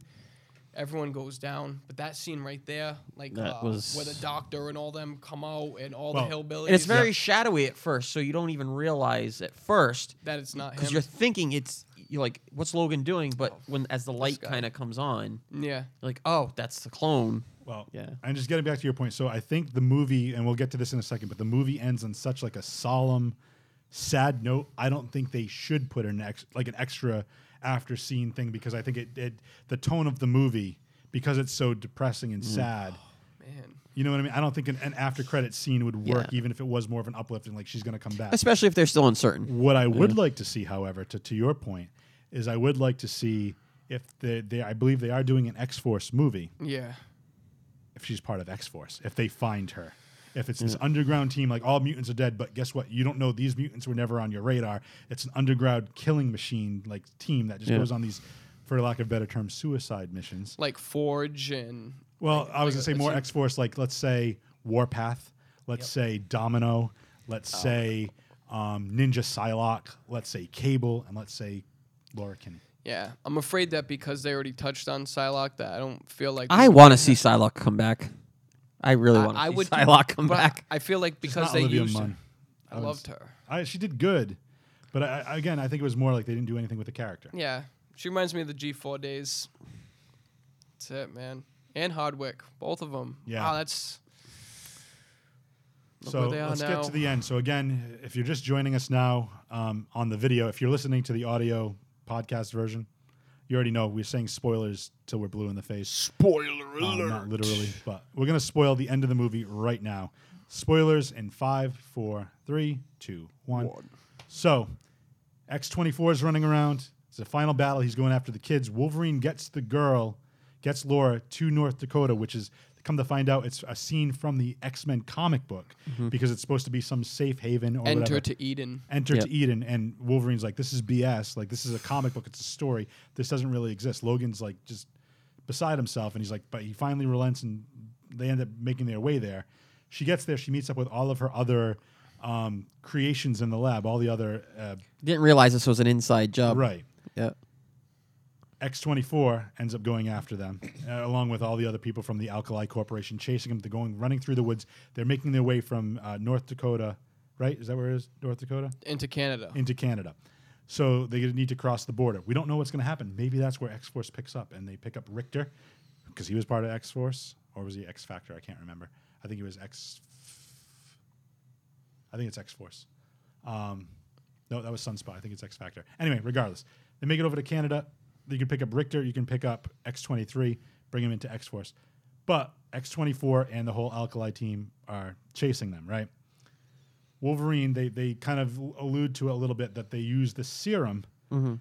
Everyone goes down, but that scene right there, like That uh, was- where the doctor and all them come out and all Well, the hillbillies. And it's very shadowy at first, so you don't even realize at first that it's not because him. Oh, you're thinking it's you're like, what's Logan doing? But when as the light guy. kind of comes on, Yeah, you're like, oh, that's the clone. Well, Yeah. And just getting back to your point, so I think the movie, and we'll get to this in a second, but the movie ends on such like a solemn, sad note. I don't think they should put an ex like an extra after scene thing because I think it, it the tone of the movie because it's so depressing Mm. and sad. man. You know what I mean? I don't think an, an after credit scene would work, Yeah. even if it was more of an uplifting, like she's gonna come back. Especially if they're still uncertain. What I would Mm. like to see, however, to, to your point, is I would like to see if they, they I believe they are doing an X Force movie Yeah, if she's part of X Force, if they find her, if it's this underground team, like all mutants are dead, but guess what? You don't know these mutants were never on your radar. It's an underground killing machine like team that just Yeah. goes on these, for lack of better term, suicide missions. like Forge and Well, I was like gonna a- say a more team- X Force, like let's say Warpath, let's say Domino, let's say um, Ninja Psylocke, let's say Cable, and let's say Laura Kinney. yeah. I'm afraid that because they already touched on Psylocke, that I don't feel like I want to see Psylocke come back. I really I- want to I see would- Psylocke come but I- back. I feel like because not they Olivia used. Munn. I loved her. I, she did good, but I, I, again, I think it was more like they didn't do anything with the character. Yeah, she reminds me of the G4 days. That's it, man. And Hardwick, both of them. Yeah. Wow, that's Look So where they are let's get now. to the end. So again, if you're just joining us now um, on the video, if you're listening to the audio podcast version, you already know we're saying spoilers till we're blue in the face. Spoiler alert. Um, not literally, but we're gonna spoil the end of the movie right now. Spoilers in five, four, three, two, one. So X24 is running around. It's a final battle. He's going after the kids. Wolverine gets the girl, gets Laura to North Dakota, which is come to find out it's a scene from the X-Men comic book because it's supposed to be some safe haven or Enter whatever. to Eden. Enter Yep. to Eden and Wolverine's like this is BS. Like this is a comic book, it's a story. This doesn't really exist. Logan's like just beside himself and he's like but he finally relents and they end up making their way there. She gets there, she meets up with all of her other um, creations in the lab, all the other uh, Didn't realize this was an inside job. right. Yeah. X24 ends up going after them, uh, along with all the other people from the Alkali Corporation, chasing them. They're going running through the woods. They're making their way from uh, North Dakota, right? Is that where it is? North Dakota into Canada. into Canada. So they need to cross the border. We don't know what's going to happen. Maybe that's where X Force picks up, and they pick up Richter because he was part of X Force, or was he X Factor? I can't remember. I think he was X. I think it's X Force. Um, no, that was Sunspot. I think it's X Factor. Anyway, regardless, they make it over to Canada. You can pick up Richter. You can pick up X twenty three. Bring him into X Force. But X twenty four and the whole Alkali team are chasing them. Right. Wolverine. They they kind of allude to it a little bit that they use the serum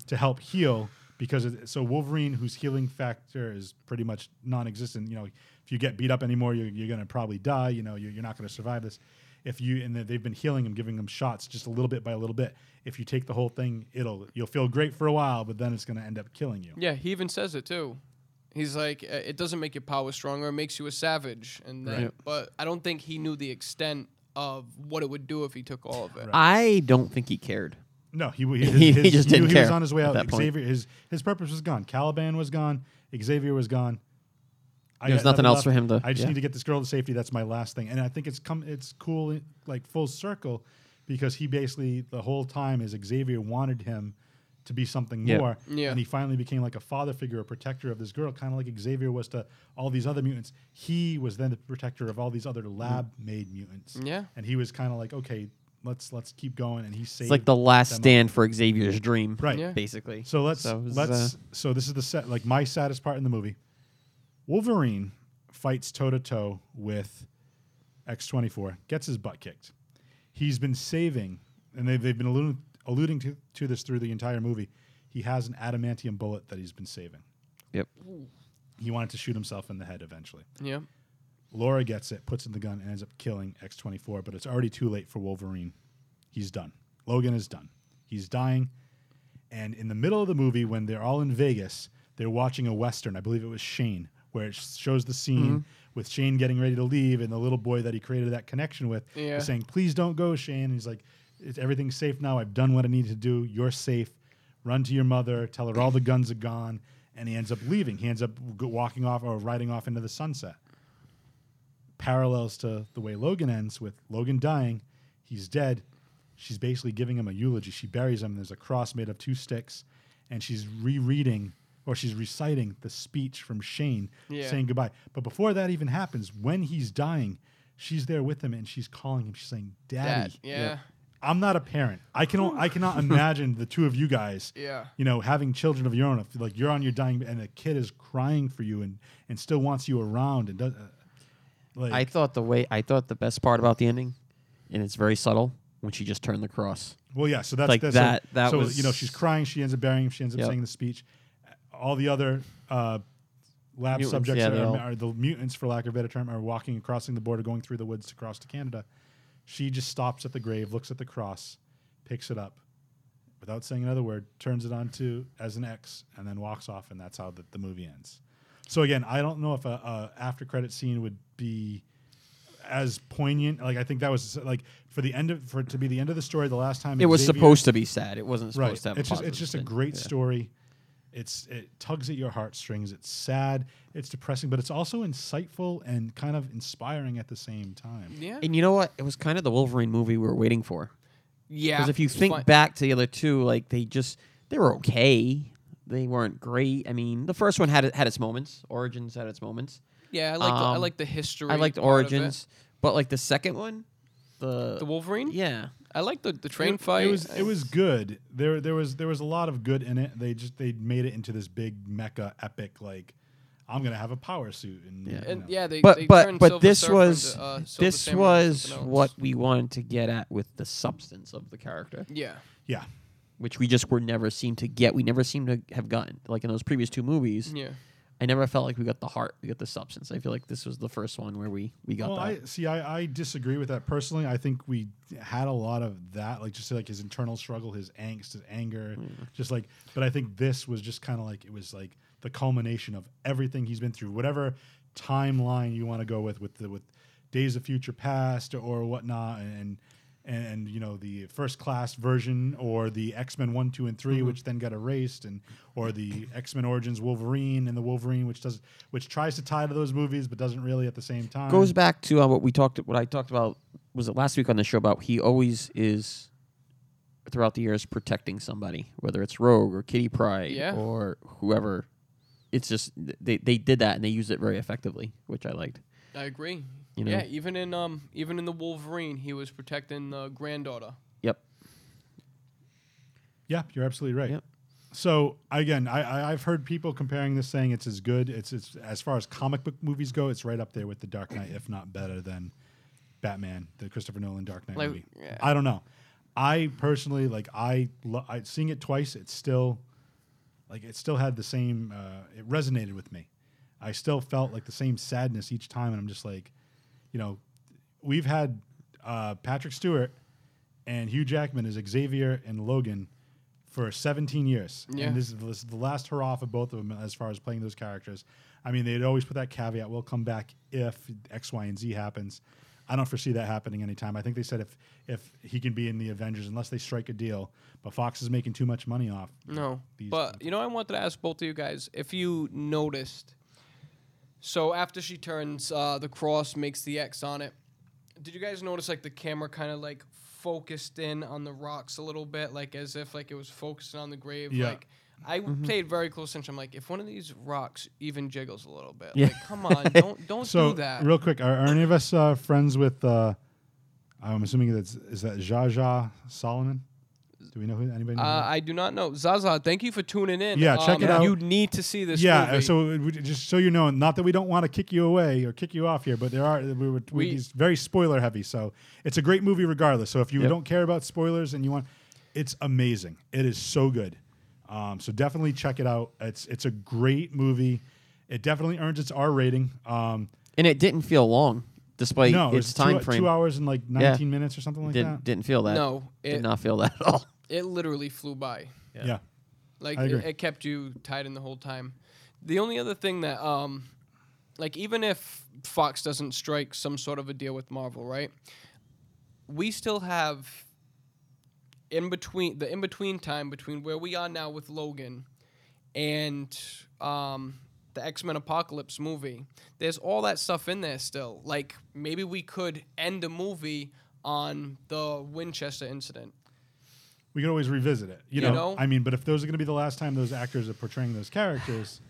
to help heal because it, so Wolverine, whose healing factor is pretty much non-existent. You know, if you get beat up anymore, you're, you're going to probably die. You know, you're, you're not going to survive this. If you and they- they've been healing him, giving him shots just a little bit by a little bit. If you take the whole thing, it'll you'll feel great for a while, but then it's going to end up killing you. Yeah, he even says it too. He's like, uh, it doesn't make your power stronger; it makes you a savage. And then, Right. but I don't think he knew the extent of what it would do if he took all of it. I don't think he cared. No, he *laughs* He- he, he just knew didn't he was care on his way at out. that point. Xavier, his his purpose was gone. Caliban was gone. Xavier was gone. I There was got nothing else for him to- I just yeah. need to get this girl to safety. That's my last thing. And I think it's come. It's cool, like full circle, because he basically the whole time is Xavier wanted him to be something Yeah. more, Yeah. and he finally became like a father figure, a protector of this girl, kind of like Xavier was to all these other mutants. He was then the protector of all these other lab made mutants. Yeah. and he was kind of like, okay, let's let's keep going, and he saved. It's like the last them all. stand for Xavier's dream, Right. Yeah. Basically. So let's So it was, let's uh, so this is the set like my saddest part in the movie. Wolverine fights toe to toe with X24, gets his butt kicked. He's been saving, and they've, they've been alluding, alluding to, to this through the entire movie. He has an adamantium bullet that he's been saving. yep. He wanted to shoot himself in the head eventually. Yeah, Laura gets it, puts in the gun, and ends up killing X24, but it's already too late for Wolverine. He's done. Logan is done. He's dying. And in the middle of the movie, when they're all in Vegas, they're watching a Western. I believe it was Shane, where it sh- shows the scene with Shane getting ready to leave and the little boy that he created that connection with is Yeah. saying, Please don't go, Shane. And he's like, it's, Everything's safe now. I've done what I needed to do. You're safe. Run to your mother. Tell her all the guns are gone. And he ends up leaving. He ends up g- walking off or riding off into the sunset parallels to the way Logan ends with Logan dying. He's dead. She's basically giving him a eulogy. She buries him. There's a cross made of two sticks, and she's rereading or she's reciting the speech from Shane Yeah. saying goodbye. But before that even happens, when he's dying, she's there with him and she's calling him. She's saying, that. "Daddy." Yeah, I'm not a parent. I can o- I *laughs* cannot imagine the two of you guys, Yeah. you know, having children of your own. If like you're on your dying and a kid is crying for you and and still wants you around and does. Uh, like, I thought the way I thought the best part about the ending, and it's very subtle, when she just turned the cross. Well, yeah. So that's Like that's that- So, that so, was- you know she's crying. She ends up burying him. She ends up Yep. saying the speech. All the other uh, lab Mutants, subjects yeah, that they all- are, are the mutants, for lack of a better term, are walking and crossing the border, going through the woods to cross to Canada. She just stops at the grave, looks at the cross, picks it up, without saying another word, turns it on to as an X, and then walks off. And that's how the, the movie ends. So again, I don't know if a, a after credit scene would be as poignant. Like I think that was like for the end of for it to be the end of the story. The last time It was Xavier- supposed to be sad. It wasn't supposed right. to have. it's a just it's positive just a spin. great Yeah. story. It's it tugs at your heartstrings. It's sad. It's depressing, but it's also insightful and kind of inspiring at the same time. yeah, And you know what? It was kind of the Wolverine movie we were waiting for. yeah. Because if you it's think fun- back to the other two, like they just they were okay. They weren't great. I mean, the first one had it- had its moments. Origins had its moments. yeah, I like the, I um, like the history. I liked part of it. Origins, but like the second one, the, The Wolverine. yeah, I like the the train it, fight. It was it was good. There there was there was a lot of good in it. They just they made it into this big mecha epic. Like I'm gonna have a power suit and you and know. yeah, they but they but turned but Silver this Surfer was into, uh, Silver this Samurai into was something what else. we wanted to get at with the substance of the character, Yeah, yeah. which we just were never seemed to get. We never seemed to have gotten like in those previous two movies. yeah. I never felt like we got the heart, we got the substance. I feel like this was the first one where we we got Well, that. I see. I, I disagree with that personally. I think we had a lot of that, like just like his internal struggle, his angst, his anger, Hmm. just like. But I think this was just kind of like it was like the culmination of everything he's been through, whatever timeline you want to go with, with the with Days of Future Past or whatnot, and and, and you know the first class version or the X Men one, two, and Mm-hmm. 3 which then got erased, and or the X Men Origins Wolverine and the Wolverine, which does which tries to tie to those movies but doesn't really at the same time goes back to uh, what we talked what I talked about was it last week on the show about he always is throughout the years protecting somebody whether it's Rogue or Kitty Pryde Yeah. or whoever it's just they, they did that and they used it very effectively which I liked I agree. You know? Yeah, even in um even in the Wolverine, he was protecting the granddaughter. yep Yeah, you're absolutely right. Yep. So again, I, I I've heard people comparing this saying it's as good. It's it's as far as comic book movies go, it's right up there with the Dark Knight, if not better than Batman, the Christopher Nolan Dark Knight Like, movie. yeah. I don't know. I personally like I, lo- I seeing it twice. It's still like it still had the same. Uh, it resonated with me. I still felt like the same sadness each time, and I'm just like, you know, we've had uh, Patrick Stewart and Hugh Jackman as Xavier and Logan for 17 years. Yeah. And this is, the, this is the last hurrah for both of them as far as playing those characters. I mean, they'd always put that caveat, we'll come back if X, Y, and Z happens. I don't foresee that happening anytime. I think they said if if he can be in the Avengers, unless they strike a deal. But Fox is making too much money off. No. these But you know, I wanted to ask both of you guys if you noticed. So after she turns uh, the cross, makes the X on it. Did you guys notice like the camera kind of like focused in on the rocks a little bit, like as if like it was focusing on the grave? Yeah. Like I Mm-hmm. paid very close attention. I'm like, if one of these rocks even jiggles a little bit, Yeah. like come *laughs* on, don't don't So, do that. real quick, are, are any of us uh, friends with? Uh, I'm assuming that's is that Zsa Zsa Solomon. Do we know who anybody? Know who uh, I do not know. Zaza, thank you for tuning in. Um, Yeah, check it out. You need to see this. yeah, uh, movie. so we- we- just so you know, not that we don't want to kick you away or kick you off here, but there are uh, we were we, We- it's very spoiler heavy, so it's a great movie regardless. So if you Yep. don't care about spoilers and you want, it's amazing. It is so good. Um, so definitely check it out. It's it's a great movie. It definitely earns its R rating. Um, and it didn't feel long despite no, its it's time two, frame. two hours and like 19 minutes or something like didn't that. didn't feel that. No, it- did not feel that at *laughs* all. it literally flew by. yeah. Like I it, agree. it kept you tied in the whole time. The only other thing that, um, like, even if Fox doesn't strike some sort of a deal with Marvel, right? We still have in between the in between time between where we are now with Logan and um, the X Men Apocalypse movie. There's all that stuff in there still. Like maybe we could end a movie on the Winchester incident. we could always revisit it. You, You know? know? I mean, but if those are going to be the last time those actors are portraying those characters,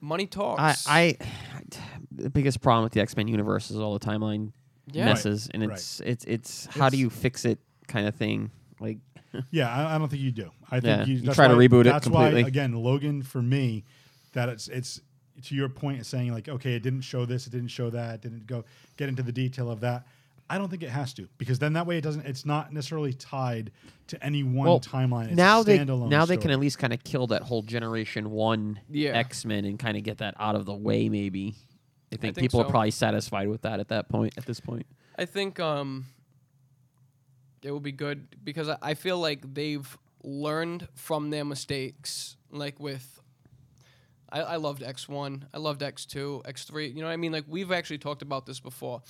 Money I, talks. I the biggest problem with the X Men universe is all the timeline Yeah. Right, messes, and right. it's it's it's how do you fix it kind of thing. Like *laughs* yeah, I, I don't think you do. I think Yeah, you, you that's try to why- reboot it That's why, completely. again, Logan for me, that it's it's to your point, it's saying like, okay, it didn't show this, it didn't show that, it didn't go get into the detail of that. I don't think it has to because then that way it doesn't. It's not necessarily tied to any one well, timeline. It's a now they now standalone they can story. at least kind of kill that whole Generation One Yeah. X Men and kind of get that out of the way. Maybe I think, think people so. are probably satisfied with that at that point. At this point, I think um, it will be good because I, I feel like they've learned from their mistakes. Like with, I, I loved X one, I loved X two, X three. You know what I mean? Like we've actually talked about this before,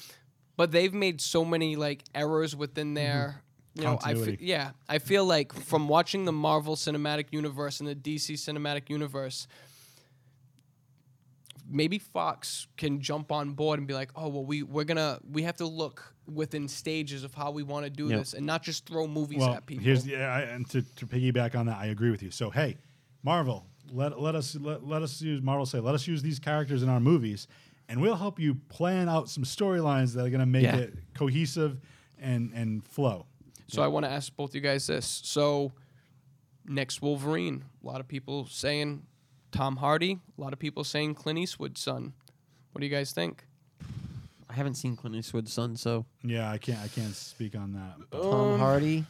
but they've made so many like errors within their. You know, I fe- Continuity. yeah, I feel like from watching the Marvel Cinematic Universe and the DC Cinematic Universe, maybe Fox can jump on board and be like, oh well, we we're gonna we have to look within stages of how we want to do Yep. this and not just throw movies well, at people. Here's yeah, I, and to, to piggyback on that, I agree with you. So hey, Marvel, let let us let, let us use Marvel say let us use these characters in our movies, and we'll help you plan out some storylines that are going to make Yeah. it cohesive and and flow. so I want to ask both you guys this. So next Wolverine, a lot of people saying Tom Hardy, a lot of people saying Clint Eastwood's son. What do you guys think? I haven't seen Clint Eastwood's son, so Yeah, I can't I can't speak on that. but- Um, Tom Hardy.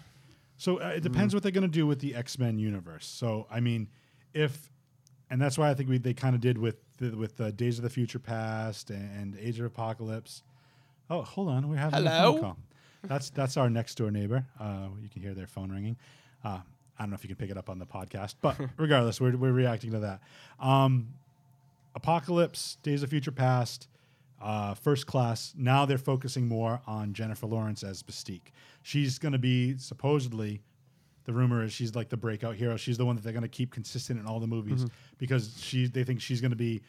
So uh, it depends what they're going to do with the X Men universe. So I mean, if and that's why I think we they kind of did with the, with the Days of the Future Past and, and Age of Apocalypse. Oh, hold on, we're having a Hello? phone call. That's that's our next door neighbor. Uh, you can hear their phone ringing. Uh, I don't know if you can pick it up on the podcast, but regardless, we're we're reacting to that. Um, Apocalypse, Days of Future Past, uh, First Class. Now they're focusing more on Jennifer Lawrence as Mystique. She's going to be supposedly, the rumor is she's like the breakout hero. She's the one that they're going to keep consistent in all the movies Mm-hmm. because she they think she's going to be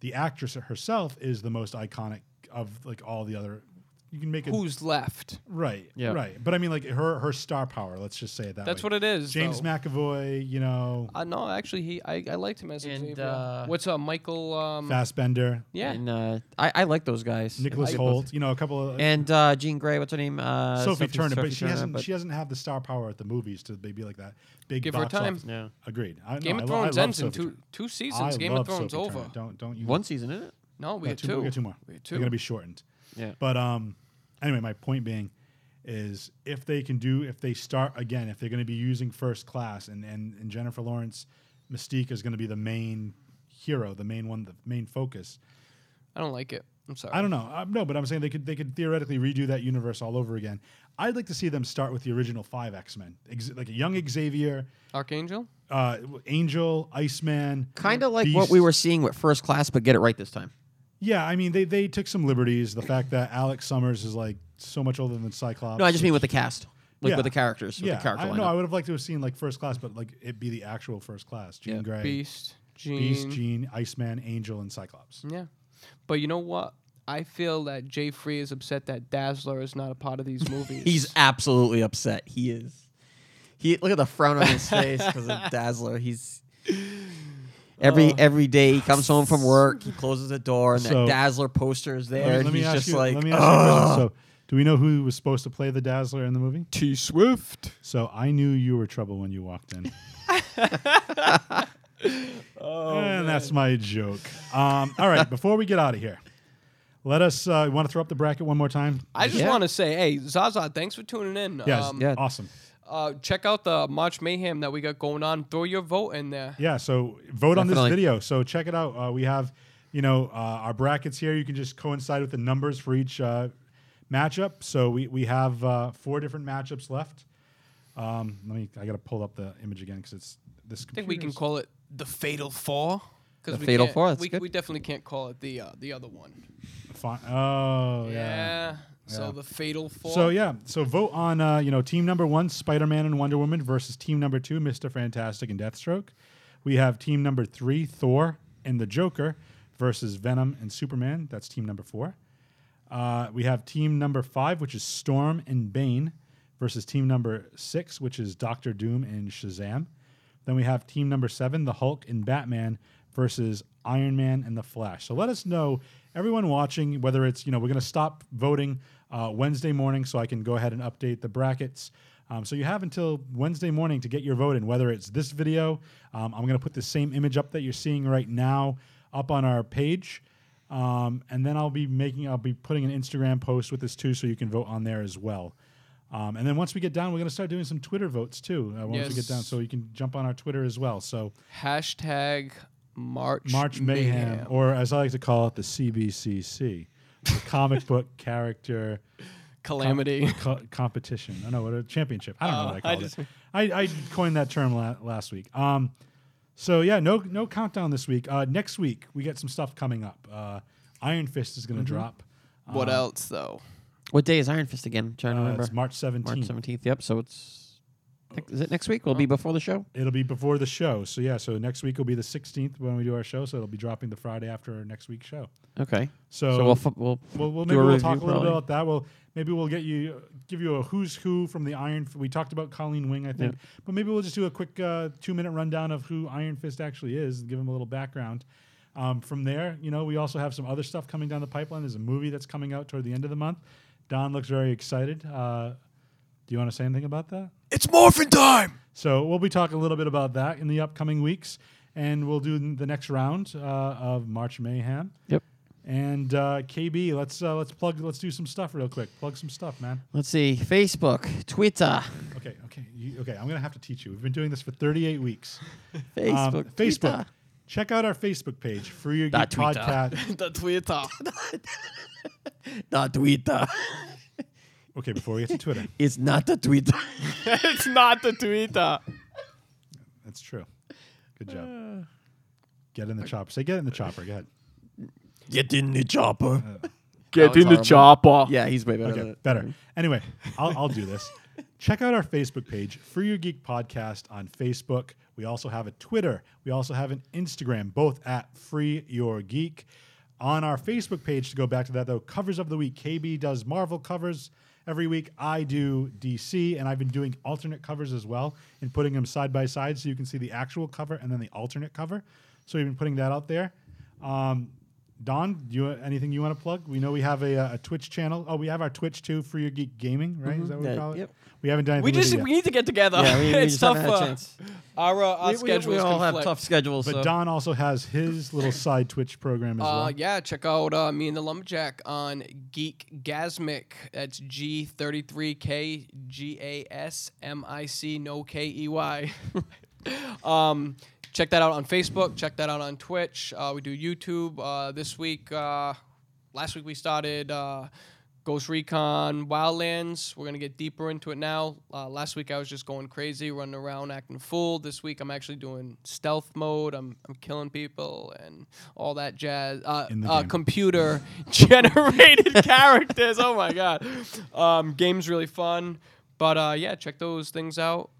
the actress herself is the most iconic of like all the other you can make it who's left. right, Yeah. right. But I mean, like her her star power. Let's just say it that. That's way. what it is. James though. McAvoy. You know, Uh, no, actually, he I, I liked him as And, Xavier. uh, What's uh Michael? Um, Fassbender, yeah, And uh, I, I like those guys. Nicholas I- Holt. You know, a couple of And uh, Jean Grey, what's her name? Uh, Sophie, Turner, but she Turner, hasn't. but- she doesn't have the star power at the movies to be like that big. Give her box time. office. Yeah. Agreed. I, Game no, of I lo- I Thrones love ends in Sophie two Turner. two I seasons. Game love of Thrones Sophie Turner. over. Don't don't you One season, isn't it? No, we no, get two, two. We get two more. We get They're gonna two. be shortened. Yeah. But um, anyway, my point being is if they can do if they start again if they're going to be using first class and and, and Jennifer Lawrence Mystique is going to be the main hero, the main one, the main focus. I don't like it. I'm sorry. I don't know. Um, no, but I'm saying they could they could theoretically redo that universe all over again. I'd like to see them start with the original five X Men, Ex- like a young Xavier, Archangel. uh, Angel, Iceman. Kind of like what we Beast. were seeing with First Class, but get it right this time. Yeah, I mean they they took some liberties. The fact that Alex Summers is like so much older than Cyclops. No, I just mean with the cast, like Yeah. with the characters, with yeah, the character I, lineup. no, I would have liked to have seen like first class, but like it be the actual first class. Jean Yeah. Grey, Beast. Jean. Beast, Jean, Iceman, Angel, and Cyclops. Yeah, but you know what? I feel that Jay Free is upset that Dazzler is not a part *laughs* of these movies. He's absolutely upset. He is. He look at the frown on his face because *laughs* of Dazzler. He's every every day he comes home from work. He *laughs* closes the door and Oh. So- that Dazzler poster is there. Let me- and let me he's ask just you- like, let me ask you a question. So, do we know who was supposed to play the Dazzler in the movie? T Swift. So I knew you were trouble when you walked in. Oh, and that's my joke. Um, all right, before we get out of here, let us. Uh, want to throw up the bracket one more time? I just Yeah. want to say, hey, Zaza, thanks for tuning in. Yes, Um, yeah. awesome. uh, check out the March Mayhem that we got going on. Throw your vote in there. Yeah, so vote on this Definitely. video. So check it out. Uh, we have, you know, uh, our brackets here. You can just coincide with the numbers for each uh, matchup. So we we have uh, four different matchups left. Um, let me. I got to pull up the image again because it's this. I think we can call it the Fatal Four. Because The Fatal Four, that's We, good. we definitely can't call it the uh, the other one. Oh Yeah. yeah. So the Fatal Four. So yeah, so vote on uh, you know team number one, Spider Man and Wonder Woman versus team number two, Mister Fantastic and Deathstroke. We have team number three, Thor and the Joker versus Venom and Superman. That's team number four. Uh, we have team number five, which is Storm and Bane, versus team number six, which is Doctor Doom and Shazam. Then we have team number seven, the Hulk and Batman versus Iron Man and the Flash. So let us know, everyone watching, whether it's, you know, we're going to stop voting uh, Wednesday morning so I can go ahead and update the brackets. Um, so you have until Wednesday morning to get your vote in, whether it's this video. Um, I'm going to put the same image up that you're seeing right now up on our page. Um, and then I'll be making, I'll be putting an Instagram post with this too, so you can vote on there as well. Um, and then once we get down, we're going to start doing some Twitter votes too. Uh, once we get Yes. down, so you can jump on our Twitter as well. So Hashtag March March Mayhem, or or as I like to call it, the CBCC, the comic book *laughs* character Calamity. co- competition. I know what a championship. I don't know Oh, what I I called just- it. I, I coined that term la- last week. Um, so yeah, no no countdown this week. Uh, next week we get some stuff coming up. Uh, Iron Fist is going Mm-hmm. to drop. *laughs* what else though? what day is Iron Fist again? I'm trying to Uh, remember. it's March Oh. March seventeenth. 17th. Yep. So it's nec- is it next week? Will it be before the show. It'll be before the show. So yeah, so next week will be the 16th when we do our show. So it'll be dropping the Friday after our next week's show. Okay. So, so we'll f- we'll, we'll, we'll do maybe a we'll review talk a little probably. bit about that. We'll maybe we'll get you give you a who's who from the Iron. F- We talked about Colleen Wing, I think, but maybe we'll just do a quick uh, two minute rundown of who Iron Fist actually is and give him a little background. Um, from there, you know, we also have some other stuff coming down the pipeline. There's a movie that's coming out toward the end of the month. Don looks very excited. Uh, do you want to say anything about that? It's morphin time. So we'll be talking a little bit about that in the upcoming weeks, and we'll do the next round uh, of March Mayhem. Yep. And uh, KB, let's uh, let's plug let's do some stuff real quick. Plug some stuff, man. Let's see. Facebook, Twitter, Okay, okay, you, okay. I'm gonna have to teach you. We've been doing this for 38 weeks. Facebook, Um, Facebook. Twitter. Check out our Facebook page, Free Your Geek Not Twitter. Podcast. the Twitter. not Twitter. *laughs* Okay, before we get to Twitter, It's not the *laughs* Twitter. it's not the Twitter. that's true. Good job. Get in the chopper. Say get in the chopper. Go ahead. Get in the chopper. Get in the horrible. chopper. Yeah, he's way better. Than Okay, it. better. Anyway, I'll, I'll do this. Check out our Facebook page, Free Your Geek Podcast on Facebook. We also have a Twitter. We also have an Instagram, both at Free Your Geek. On our Facebook page, to go back to that though, covers of the week. KB does Marvel covers every week. I do DC, and I've been doing alternate covers as well and putting them side by side so you can see the actual cover and then the alternate cover. So we've been putting that out there. Um, Don, do you anything you want to plug? We know we have a, uh, a Twitch channel. Oh, we have our Twitch too, for your Geek Gaming, right? Is that what we Yeah, call it? Mm-hmm. Uh, yep. We haven't done anything. We with just it yet. we need to get together. Yeah, *laughs* we- we it's just tough. haven't had a uh, chance. Our, uh, our We- we, schedules we all have conflict. tough schedules. But so. Don also has his little side Twitch program as Uh, well. yeah, check out uh, me and the Lumberjack on Geek Gasmic. That's G thirty three K G A S M I C no K E Y. *laughs* Um, check that out on Facebook. Check that out on Twitch. Uh, we do YouTube. Uh, this week, uh, last week we started uh, Ghost Recon Wildlands. We're gonna get deeper into it now. Uh, last week I was just going crazy, running around acting a fool. This week I'm actually doing stealth mode. I'm, I'm killing people and all that jazz. Uh, In the uh, game. computer *laughs* *laughs* generated characters. Oh my god, um, game's really fun. But uh, yeah, check those things out.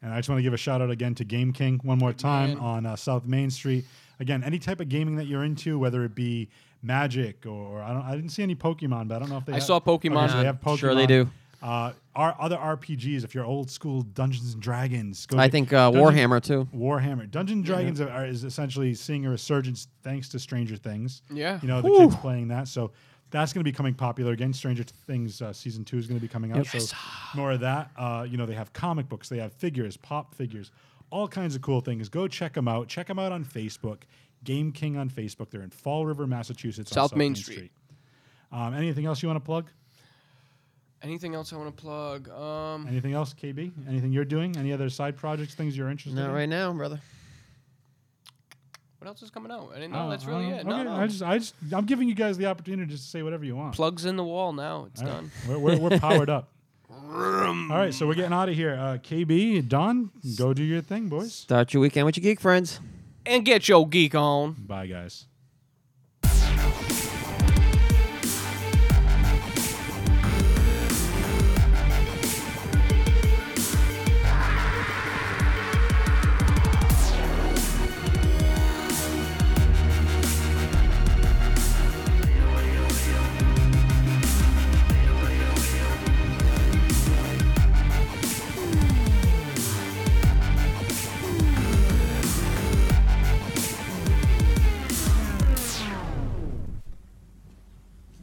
And I just want to give a shout out again to Game King one more time man. on uh, South Main Street. Again, any type of gaming that you're into, whether it be Magic or I don't, I didn't see any Pokemon, but I don't know if they. I have- saw Pokemon. Okay, so they have Pokemon. Sure they do. Uh, our other RPGs, if you're old school Dungeons and Dragons, go I get- think uh, Dungeon- Warhammer too. Warhammer. Dungeons and Dragons are, is essentially seeing a resurgence thanks to Stranger Things. Yeah. You know, the kids playing that. So that's going to be coming popular again. Stranger Things uh, season two is going to be coming out. So more of that. Uh, you know, they have comic books, they have figures, pop figures, all kinds of cool things. Go check them out. Check them out on Facebook. Game King on Facebook. They're in Fall River, Massachusetts. on South Main Street. Um, anything else you want to plug? Anything else I want to plug? Um, Anything else, KB? Anything you're doing? Any other side projects, things you're interested Not in? right now, brother. what else is coming out? I didn't know. Oh, That's I really don't- it. No, okay, no. I just, I just, I'm giving you guys the opportunity just to say whatever you want. Plugs in the wall now. It's All right. done. We're, we're, we're powered *laughs* up. All right, so we're getting out of here. Uh, KB, Don, go do your thing, boys. Start your weekend with your geek friends. And get your geek on. Bye, guys.